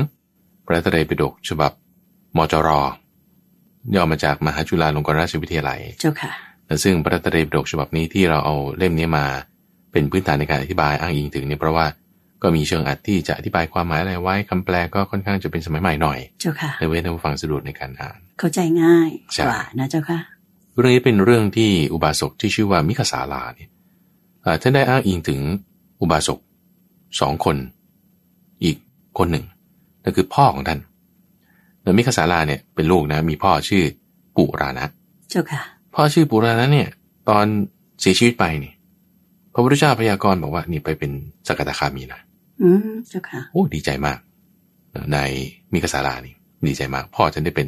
B: พระไตรัยปิฎกฉบับมจร ย่อมาจากมหาจุฬาลงกรณราชวิทยาลัย
A: เจ้าค่ะ
B: ซึ่งพระไตรปิฎกฉบับนี้ที่เราเอาเล่มนี้มาเป็นพื้นฐานในการอธิบายอ้างอิงถึงเนี่ยเพราะว่าก็มีเชิงอัดที่จะอธิบายความหมายอะไรไว้คำแปลก็ค่อนข้างจะเป็นสมัยใหม่หน่อย
A: เจ้าค่ะ
B: เลยเว้นให้ผู้ฟังสะดวกในการอ่าน
A: เข้าใจง่าย
B: ใช่
A: กว่านะเจ้าค่ะ
B: เรื่องนี้เป็นเรื่องที่อุบาสกที่ชื่อว่ามิคสาลาเนี่ยเอ่อท่านได้อ้างอิงถึงอุบาสกสองคน อีกคนหนึ่งนั่นคือพ่อของท่านโดยมิคสาลาเนี่ยเป็นลูกนะมีพ่อชื่อปุรานะ
A: เจ้าค่ะ
B: พ่อชื่อปุรานะเนี่ย ตอนเสียชีวิตไปเนี่ยพระพุทธเจ้าพยากรณ์บอกว่านี่ไปเป็นสกทาคามีนะ
A: อืมเจ้าค่ะ
B: โอ้ดีใจมากในมิคสาลานี่ดีใจมาก พ่อฉันได้เป็น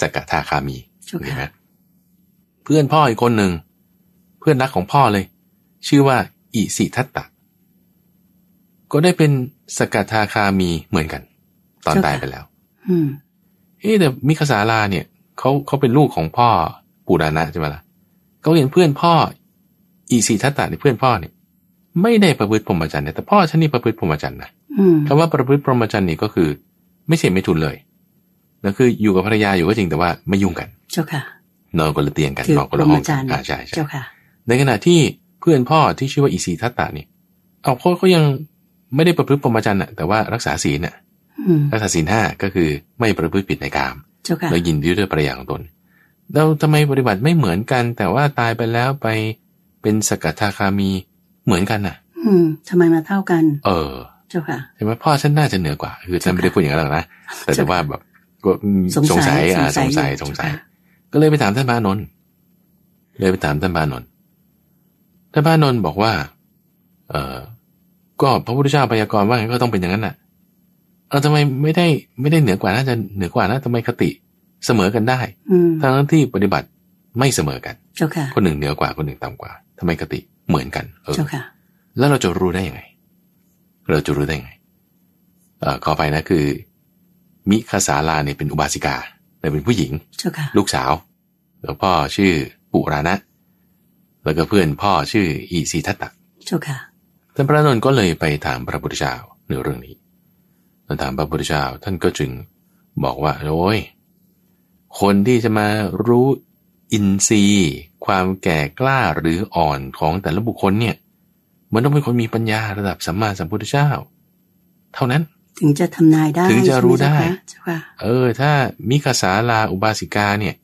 B: สกทาคามี
A: เจ้า
B: เห็นไหม
A: ค่ะ
B: เพื่อนพ่ออีกคนหนึ่ง เพื่อนรักของพ่อเลย ชื่อว่าอิสิทัตตะ ก็ได้เป็นสกทาคามีเหมือนกัน ตอนตายไปแล้ว
A: อืม
B: เอ๊ะแต่มิคสาลาเนี่ยเขาเขาเป็นลูกของพ่อปูรานะใช่ไหมล่ะเขาเห็นเพื่อนพ่ออีสีทัตตะในยเพื่อนพ่อเนี่ยไม่ได้ประพฤติพรหมจรรย์นะแต่พ่อฉันนี่ประพฤติพรหมจรรย์นะ
A: อืม
B: คำว่าประพฤติพรหมจรรย์นี่ก็คือ ไม่เสียไม่ทุนเลยแล้วคืออยู่กับภรรยาอยู่ก็จริงแต่ว่าไม่ยุ่งกัน
A: เจ้าค่ะ
B: นอนคนละเตียงกัน
A: ถือน
B: อนคนละห้อง
A: พรหมจร
B: กั
A: ร
B: น
A: ย์
B: อ่าใช่ใช่
A: เจ้าค่ะ
B: ในขณะที่เพื่อนพ่อที่ชื่อว่าอีสีทัตตะเนี่ยเอาเขาเขายังไม่ได้ประพฤติพรหมจรรย์น่ะแต่ว่ารักษาศีลน่ะ
A: อืม
B: รักษาศีลห้าก็คือไม่ประพฤติผิดในกาม
A: เจ้าค่ะ
B: แล้วยินดีด้วยภรรยาของตน เราทำไมปฏิบัติไม่เหมือนกัน แต่ว่าตายไปแล้วไปเป็นสกทาคามีเหมือนกันน่ะ
A: อืมทำไมมาเท่ากัน
B: เออ
A: เจ้าค่ะ
B: ใช่ไหมพ่อฉันน่าจะเหนือกว่า คือฉันไม่ได้พูดอย่างนั้นหรอกนะ แต่แต่ว่าแบบก็สงสัยอ่าสงสัยสงสัย ก็เลยไปถามท่านพระอานนท์เลยไปถามท่านพระอานนท์ท่านพระอานนท์บอกว่า เออก็พระพุทธเจ้าพยากรณ์ว่าไงก็ต้องเป็นอย่างนั้นน่ะ เอาทำไมไม่ได้ไม่ได้เหนือกว่าน่าจะเหนือกว่านะทำไมคติเสมอกันได้
A: อืม
B: ทั้งที่ปฏิบัติไม่เสมอกัน
A: เจ้าค่ะ
B: คนหนึ่งเหนือกว่าคนหนึ่งต่ำกว่าทำไมกติเหมือนกันเออ
A: เจ้าค่ะ
B: แล้วเราจะรู้ได้ยังไง เราจะรู้ได้ยังไงเอ่อขอไปนะคือ มิคาสาลาเนี่ยเป็นอุบาสิกาแต่เป็นผู้หญิง
A: เจ้าค่ะ
B: ลูกสาวแล้วพ่อชื่อปุรานะ แล้วก็เพื่อนพ่อชื่ออีสีทัตตะ
A: เจ้าค่ะ
B: ท่านพระนนท์ก็เลยไปถามพระพุทธเจ้าในเรื่องนี้ท่านถามพระพุทธเจ้าท่านก็จึงบอกว่าโอ้ย คนที่จะมารู้อินทรีย์ ความแก่กล้าหรืออ่อนของแต่ละบุคคลเนี่ย มันต้องเป็นคนมีปัญญาระดับสัมมาสัมพุทธเจ้า เท่านั้น
A: ถึงจะทำนายได้
B: ถึงจะรู้ได้
A: ใช่หมเจ้าค่ะ
B: เออ ถ้ามิกาสาลาอุบาสิกาเนี่ย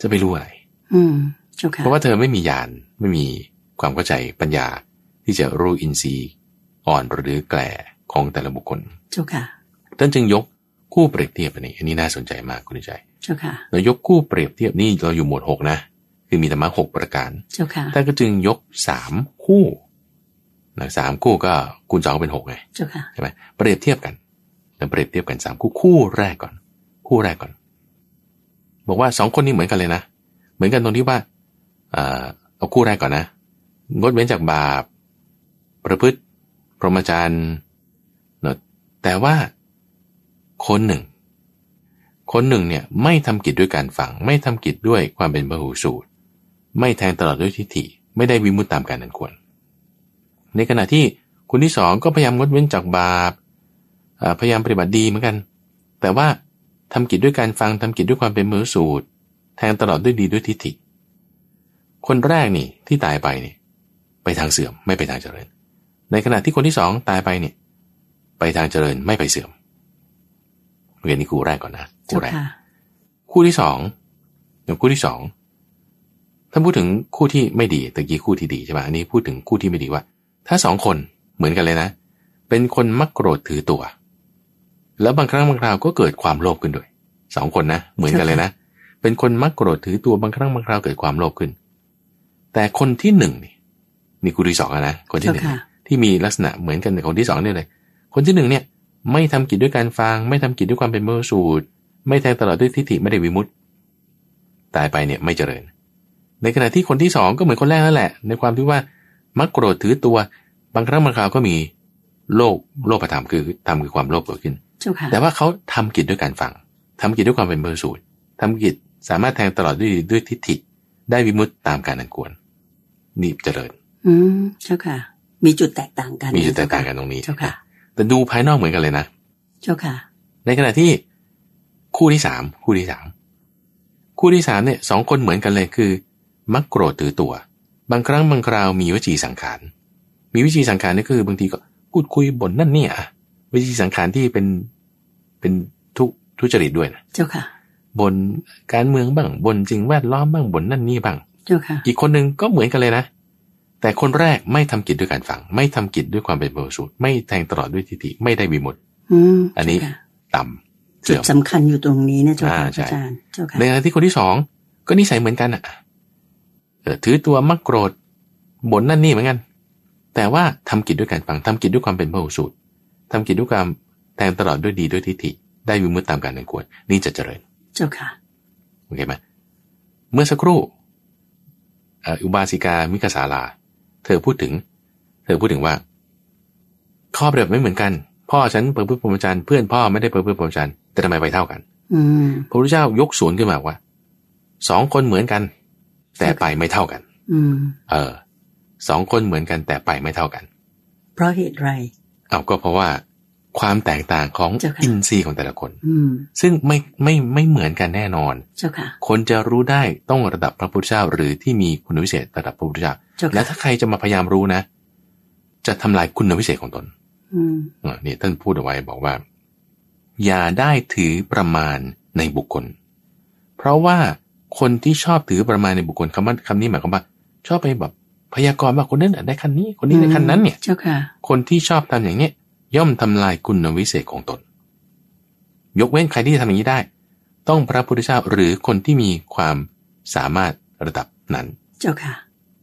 B: จะไปรู้อะไร
A: อืมเจ้าค่ะ
B: เพราะว่าเธอไม่มีญาณไม่มีความเข้าใจปัญญา ที่จะรู้อินทรีย์อ่อนหรือแก่ของแต่ละบุคคล
A: เจ้าค่ะ
B: ท่านจึงยกคู่เปรียบเทียบอันนี้อันนี้น่าสนใจมากคุณใจย
A: เจ้าค่ะ
B: เรายกคู่เปรียบเทียบนี่เราอยู่หมวดหกนะ คือมีธรรมะหกประการ
A: เจ้าค่ะ
B: ท่านก็จึงยกสามคู่นะสามคู่ก็คูณสองเป็นหกไง
A: เจ้าค่ะ
B: ใช่ไหมเปรียบเทียบกันแต่เปรียบเทียบกันสามคู่คู่แรกก่อน คู่แรกก่อน บอกว่าสองคนนี้เหมือนกันเลยนะ เหมือนกันตรงที่ว่าเอ่อเอาคู่แรกก่อนนะ งดเว้นจากบาป ประพฤติพรหมจรรย์เนอะแต่ว่าคนหนึ่ง คนหนึ่งเนี่ยไม่ทำกิจด้วยการฝัง ไม่ทำกิจด้วยความเป็นพหูสูตร ไม่แทงตลอดด้วยทิฏฐิ ไม่ได้วิมุตตามการนันควร ในขณะที่คนที่สองก็พยายามงดเว้นจากบาปอ่าพยายามปฏิบัติดีเหมือนกัน แต่ว่าทำกิจด้วยการฟังทำกิจด้วยความเป็นมือสูตร แทงตลอดด้วยดีด้วยทิฏฐิ คนแรกนี่ที่ตายไปนี่ไปทางเสื่อมไม่ไปทางเจริญ ในขณะที่คนที่สองตายไปเนี่ยไปทางเจริญไม่ไปเสื่อมเรียนนี่คู่แรกก่อนนะ
A: เจ้า
B: คู่แรก
A: ค่ะ
B: คู่ที่สองเดี๋ยวคู่ที่สองท่านพูดถึงคู่ที่ไม่ดีตะกี้คู่ที่ดีใช่ปะอันนี้พูดถึงคู่ที่ไม่ดีว่า ถ้าสองคนเหมือนกันเลยนะ เป็นคนมักโกรธถือตัว แล้วบางครั้งบางคราวก็เกิดความโลภขึ้นด้วยสองคนนะเหมือนกันเลยนะ เป็นคนมักโกรธถือตัวบางครั้งบางคราวเกิดความโลภขึ้น แต่คนที่หนึ่งนี่นี่คู่ที่สองอะนะคนที่
A: เจ้า
B: หนึ่ง
A: ค่ะ
B: ที่มีลักษณะเหมือนกันกับคนที่สองเนี่ยเลย คนที่หนึ่งเนี่ย ไม่ทำกิจด้วยการฟัง ไม่ทำกิจด้วยความเป็นมือสูตร ไม่แทงตลอดด้วยทิฏฐิไม่ได้วิมุตติ ตายไปเนี่ยไม่เจริญ ในขณะที่คนที่สองก็เหมือนคนแรกนั่นแหละ ในความที่ว่ามักโกรธถือตัว บางครั้งบางคราวก็มีโลภโลภธรรมคือธรรมคือความโลภเกิดขึ้น
A: เจ้าค่ะ
B: แต่ว่าเขาทำกิจด้วยการฟังทำกิจด้วยความเป็นมือสูตรทำกิจสามารถแทงตลอดด้วยด้วยทิฏฐิ ได้วิมุตติตามการอันควร นี่เจริญ
A: อืมเจ้าค่ะ มีจุดแตกต่างกัน
B: มีจุดแตกต่างกันตรงนี้
A: เจ้าค่ะ
B: แต่ดูภายนอกเหมือนกันเลยนะ
A: เจ้าค่ะ
B: ในขณะที่คู่ที่สามคู่ที่สาม คู่ที่สามเนี่ยสองคนเหมือนกันเลยคือ มักโกรธถือตัว บางครั้งบางคราวมีวจีสังขาร มีวิจีสังขารนี่คือบางทีก็พูดคุยบ่นนั่นเนี่ยอะวิจีสังขารที่เป็นเป็นทุทุจริตด้วยนะ
A: เจ้าค่ะ
B: บนการเมืองบ้างบนสิ่งแวดล้อมบ้างบนนั่นนี่บ้าง
A: เจ้าค่ะ
B: อีกคนหนึ่งก็เหมือนกันเลยนะ แต่คนแรกไม่ทำกิจด้วยการฟัง ไม่ทำกิจด้วยความเป็นบริสุทธิ์ไม่แทงตลอดด้วยทิฏฐิไม่ได้วิมุตติ
A: อืม
B: อันนี้
A: เจ้าค่ะ
B: ต่ำเสื่
A: จุ
B: อ
A: ด
B: ม
A: สำคัญอยู่ตรงนี้นะเจ้าค่ะ
B: อ่า
A: พ
B: ใช่
A: ระอาจารย์เจ้าค่ะ
B: ในขณะที่คนที่สองก็นิสัยเหมือนกันอ่ะเออถือตัวมักโกรธบ่นนั่นนี่เหมือนกัน แต่ว่าทำกิจด้วยการฟังทำกิจด้วยความเป็นพระโอสูตรทำกิจด้วยความแทงตลอดด้วยดีด้วยทิฏฐิ ได้วิมุตติตามการนันควร นี่จะเจริญ
A: เจ้าค่ะ
B: โอเคไหมเมื่อสักครู่เอ่ออุบาสิกามิกสาลา เธอพูดถึง เธอพูดถึงว่า ข้อเปรียบไม่เหมือนกัน พ่อฉันเปิดเพื่อพรหมจรรย์เพื่อนพ่อไม่ได้เปิดเพื่อพรหมจรรย์แต่ทำไมไปเท่ากัน
A: อืม
B: พระพุทธเจ้ายกสวนขึ้นมาว่าสองคนเหมือนกัน แต่ไปไม่เท่ากัน
A: อืม
B: เออสองคนเหมือนกันแต่ไปไม่เท่ากัน
A: เพราะเหตุไร
B: เอาก็เพราะว่า ความแตกต่างของ
A: เจ้าค่ะ
B: อินทรีย์ของแต่ละคน
A: อืม
B: ซึ่งไม่ไม่ไม่เหมือนกันแน่นอน
A: เจ้าค่ะ
B: คนจะรู้ได้ต้องระดับพระพุทธเจ้า หรือที่มีคุณวิเศษระดับพระพุทธเจ้า
A: เจ้า
B: และ
A: ค่ะ
B: ถ้าใครจะมาพยายามรู้นะ จะทำลายคุณวิเศษของตน
A: อืม
B: เออนี่ท่านพูดเอาไว้บอกว่า อย่าได้ถือประมาณในบุคคล เพราะว่าคนที่ชอบถือประมาณในบุคคลคำว่าคำนี้หมายความว่า ชอบไปแบบพยากรณ์ว่าคนนั้นน่ะได้คันนี้ คนนี้ได้คันนั้นเนี่ย
A: เจ้าค่ะ
B: คนที่ชอบทำอย่างเนี้ยย่อมทำลายคุณวิเศษของตน ยกเว้นใครที่จะทำอย่างนี้ได้ ต้องพระพุทธเจ้าหรือคนที่มีความสามารถระดับนั้น
A: เจ้าค่ะ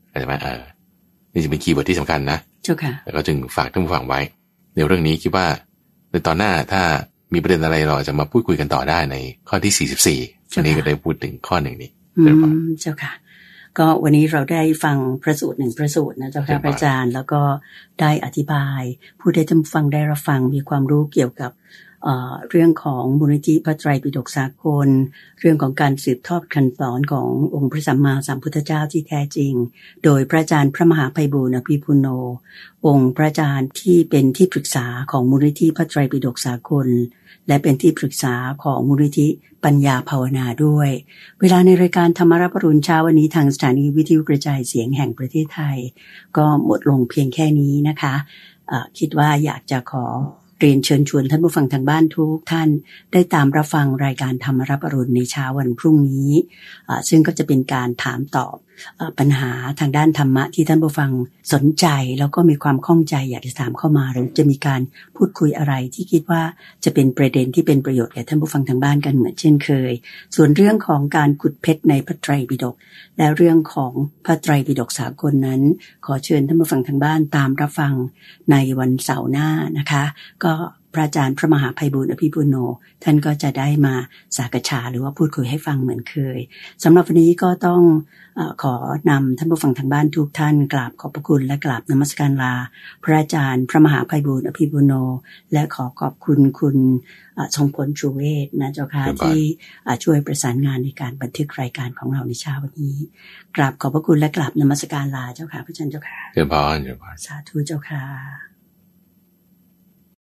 B: เข้าใจไหมเออนี่จะเป็นคีย์เวิร์ดที่สำคัญนะ
A: เจ้าค่ะ
B: แล้วก็จึงฝากท่านผู้ฟังไว้ ในเรื่องนี้คิดว่าในตอนหน้าถ้ามีประเด็นอะไรเราอาจจะมาพูดคุยกันต่อได้ในข้อที่ 44วันนี้ก็ได้พูดถึงข้อหนึ่งนี้
A: อื
B: เรียบร้อย
A: มเจ้าค่ะ ก็วันนี้เราได้ฟังพระสูตรหนึ่งพระสูตรนะเจ้าค่ะ
B: เรียบ
A: พ
B: ร้อย
A: ระอาจารย์แล้วก็ได้อธิบายผู้ได้จำฟังได้รับฟังมีความรู้เกี่ยวกับเอ่อเรื่องของมูลนิธิพระไตรปิฎกสากล เรื่องของการสืบทอดคันสอนขององค์พระสัมมาสัมพุทธเจ้าที่แท้จริง โดยพระอาจารย์พระมหาไพบูลย์อภิปุโน องค์พระอาจารย์ที่เป็นที่ปรึกษาของมูลนิธิพระไตรปิฎกสากล และเป็นที่ปรึกษาของมูลนิธิปัญญาภาวนาด้วย เวลาในรายการธรรมรับอรุณเช้าวันนี้ทางสถานีวิทยุกระจายเสียงแห่งประเทศไทย ก็หมดลงเพียงแค่นี้นะคะเอ่อคิดว่าอยากจะขอเรียนเชิญชวนท่านผู้ฟังทางบ้านทุกท่าน ได้ตามรับฟังรายการธรรมรับอรุณในเช้าวันพรุ่งนี้เอ่อซึ่งก็จะเป็นการถามตอบเอ่อปัญหาทางด้านธรรมะที่ท่านผู้ฟังสนใจ แล้วก็มีความข้องใจอยากจะถามเข้ามาหรือจะมีการพูดคุยอะไรที่คิดว่าจะเป็นประเด็นที่เป็นประโยชน์แก่ท่านผู้ฟังทางบ้านกันเหมือนเช่นเคย ส่วนเรื่องของการขุดเพชรในพระไตรปิฎกและเรื่องของพระไตรปิฎกสากลนั้น ขอเชิญท่านผู้ฟังทางบ้านตามรับฟังในวันเสาร์หน้านะคะ ก็พระอาจารย์พระมหาภัยบุญอภิปุโน ท่านก็จะได้มาสักษาหรือว่าพูดคุยให้ฟังเหมือนเคยสำหรับวันนี้ก็ต้องเออขอนำท่านผู้ฟังทางบ้านทุกท่านกราบขอบพระคุณและกราบนมัสการลา พระอาจารย์พระมหาภัยบุญอภิปุโน และขอขอบคุณคุณเอ่อทรงผลชูเวศนะเจ้าค่ะ
B: ครับ
A: ที่ อ่าช่วยประสานงานในการบันทึกรายการของเราในเช้าวันนี้ กราบขอบพระคุณและกราบนมัสการลาเจ้าค่ะพระอาจารย์เจ้าค่ะ
B: เจริญพรเจริญพร
A: สาธุเจ้าค่ะ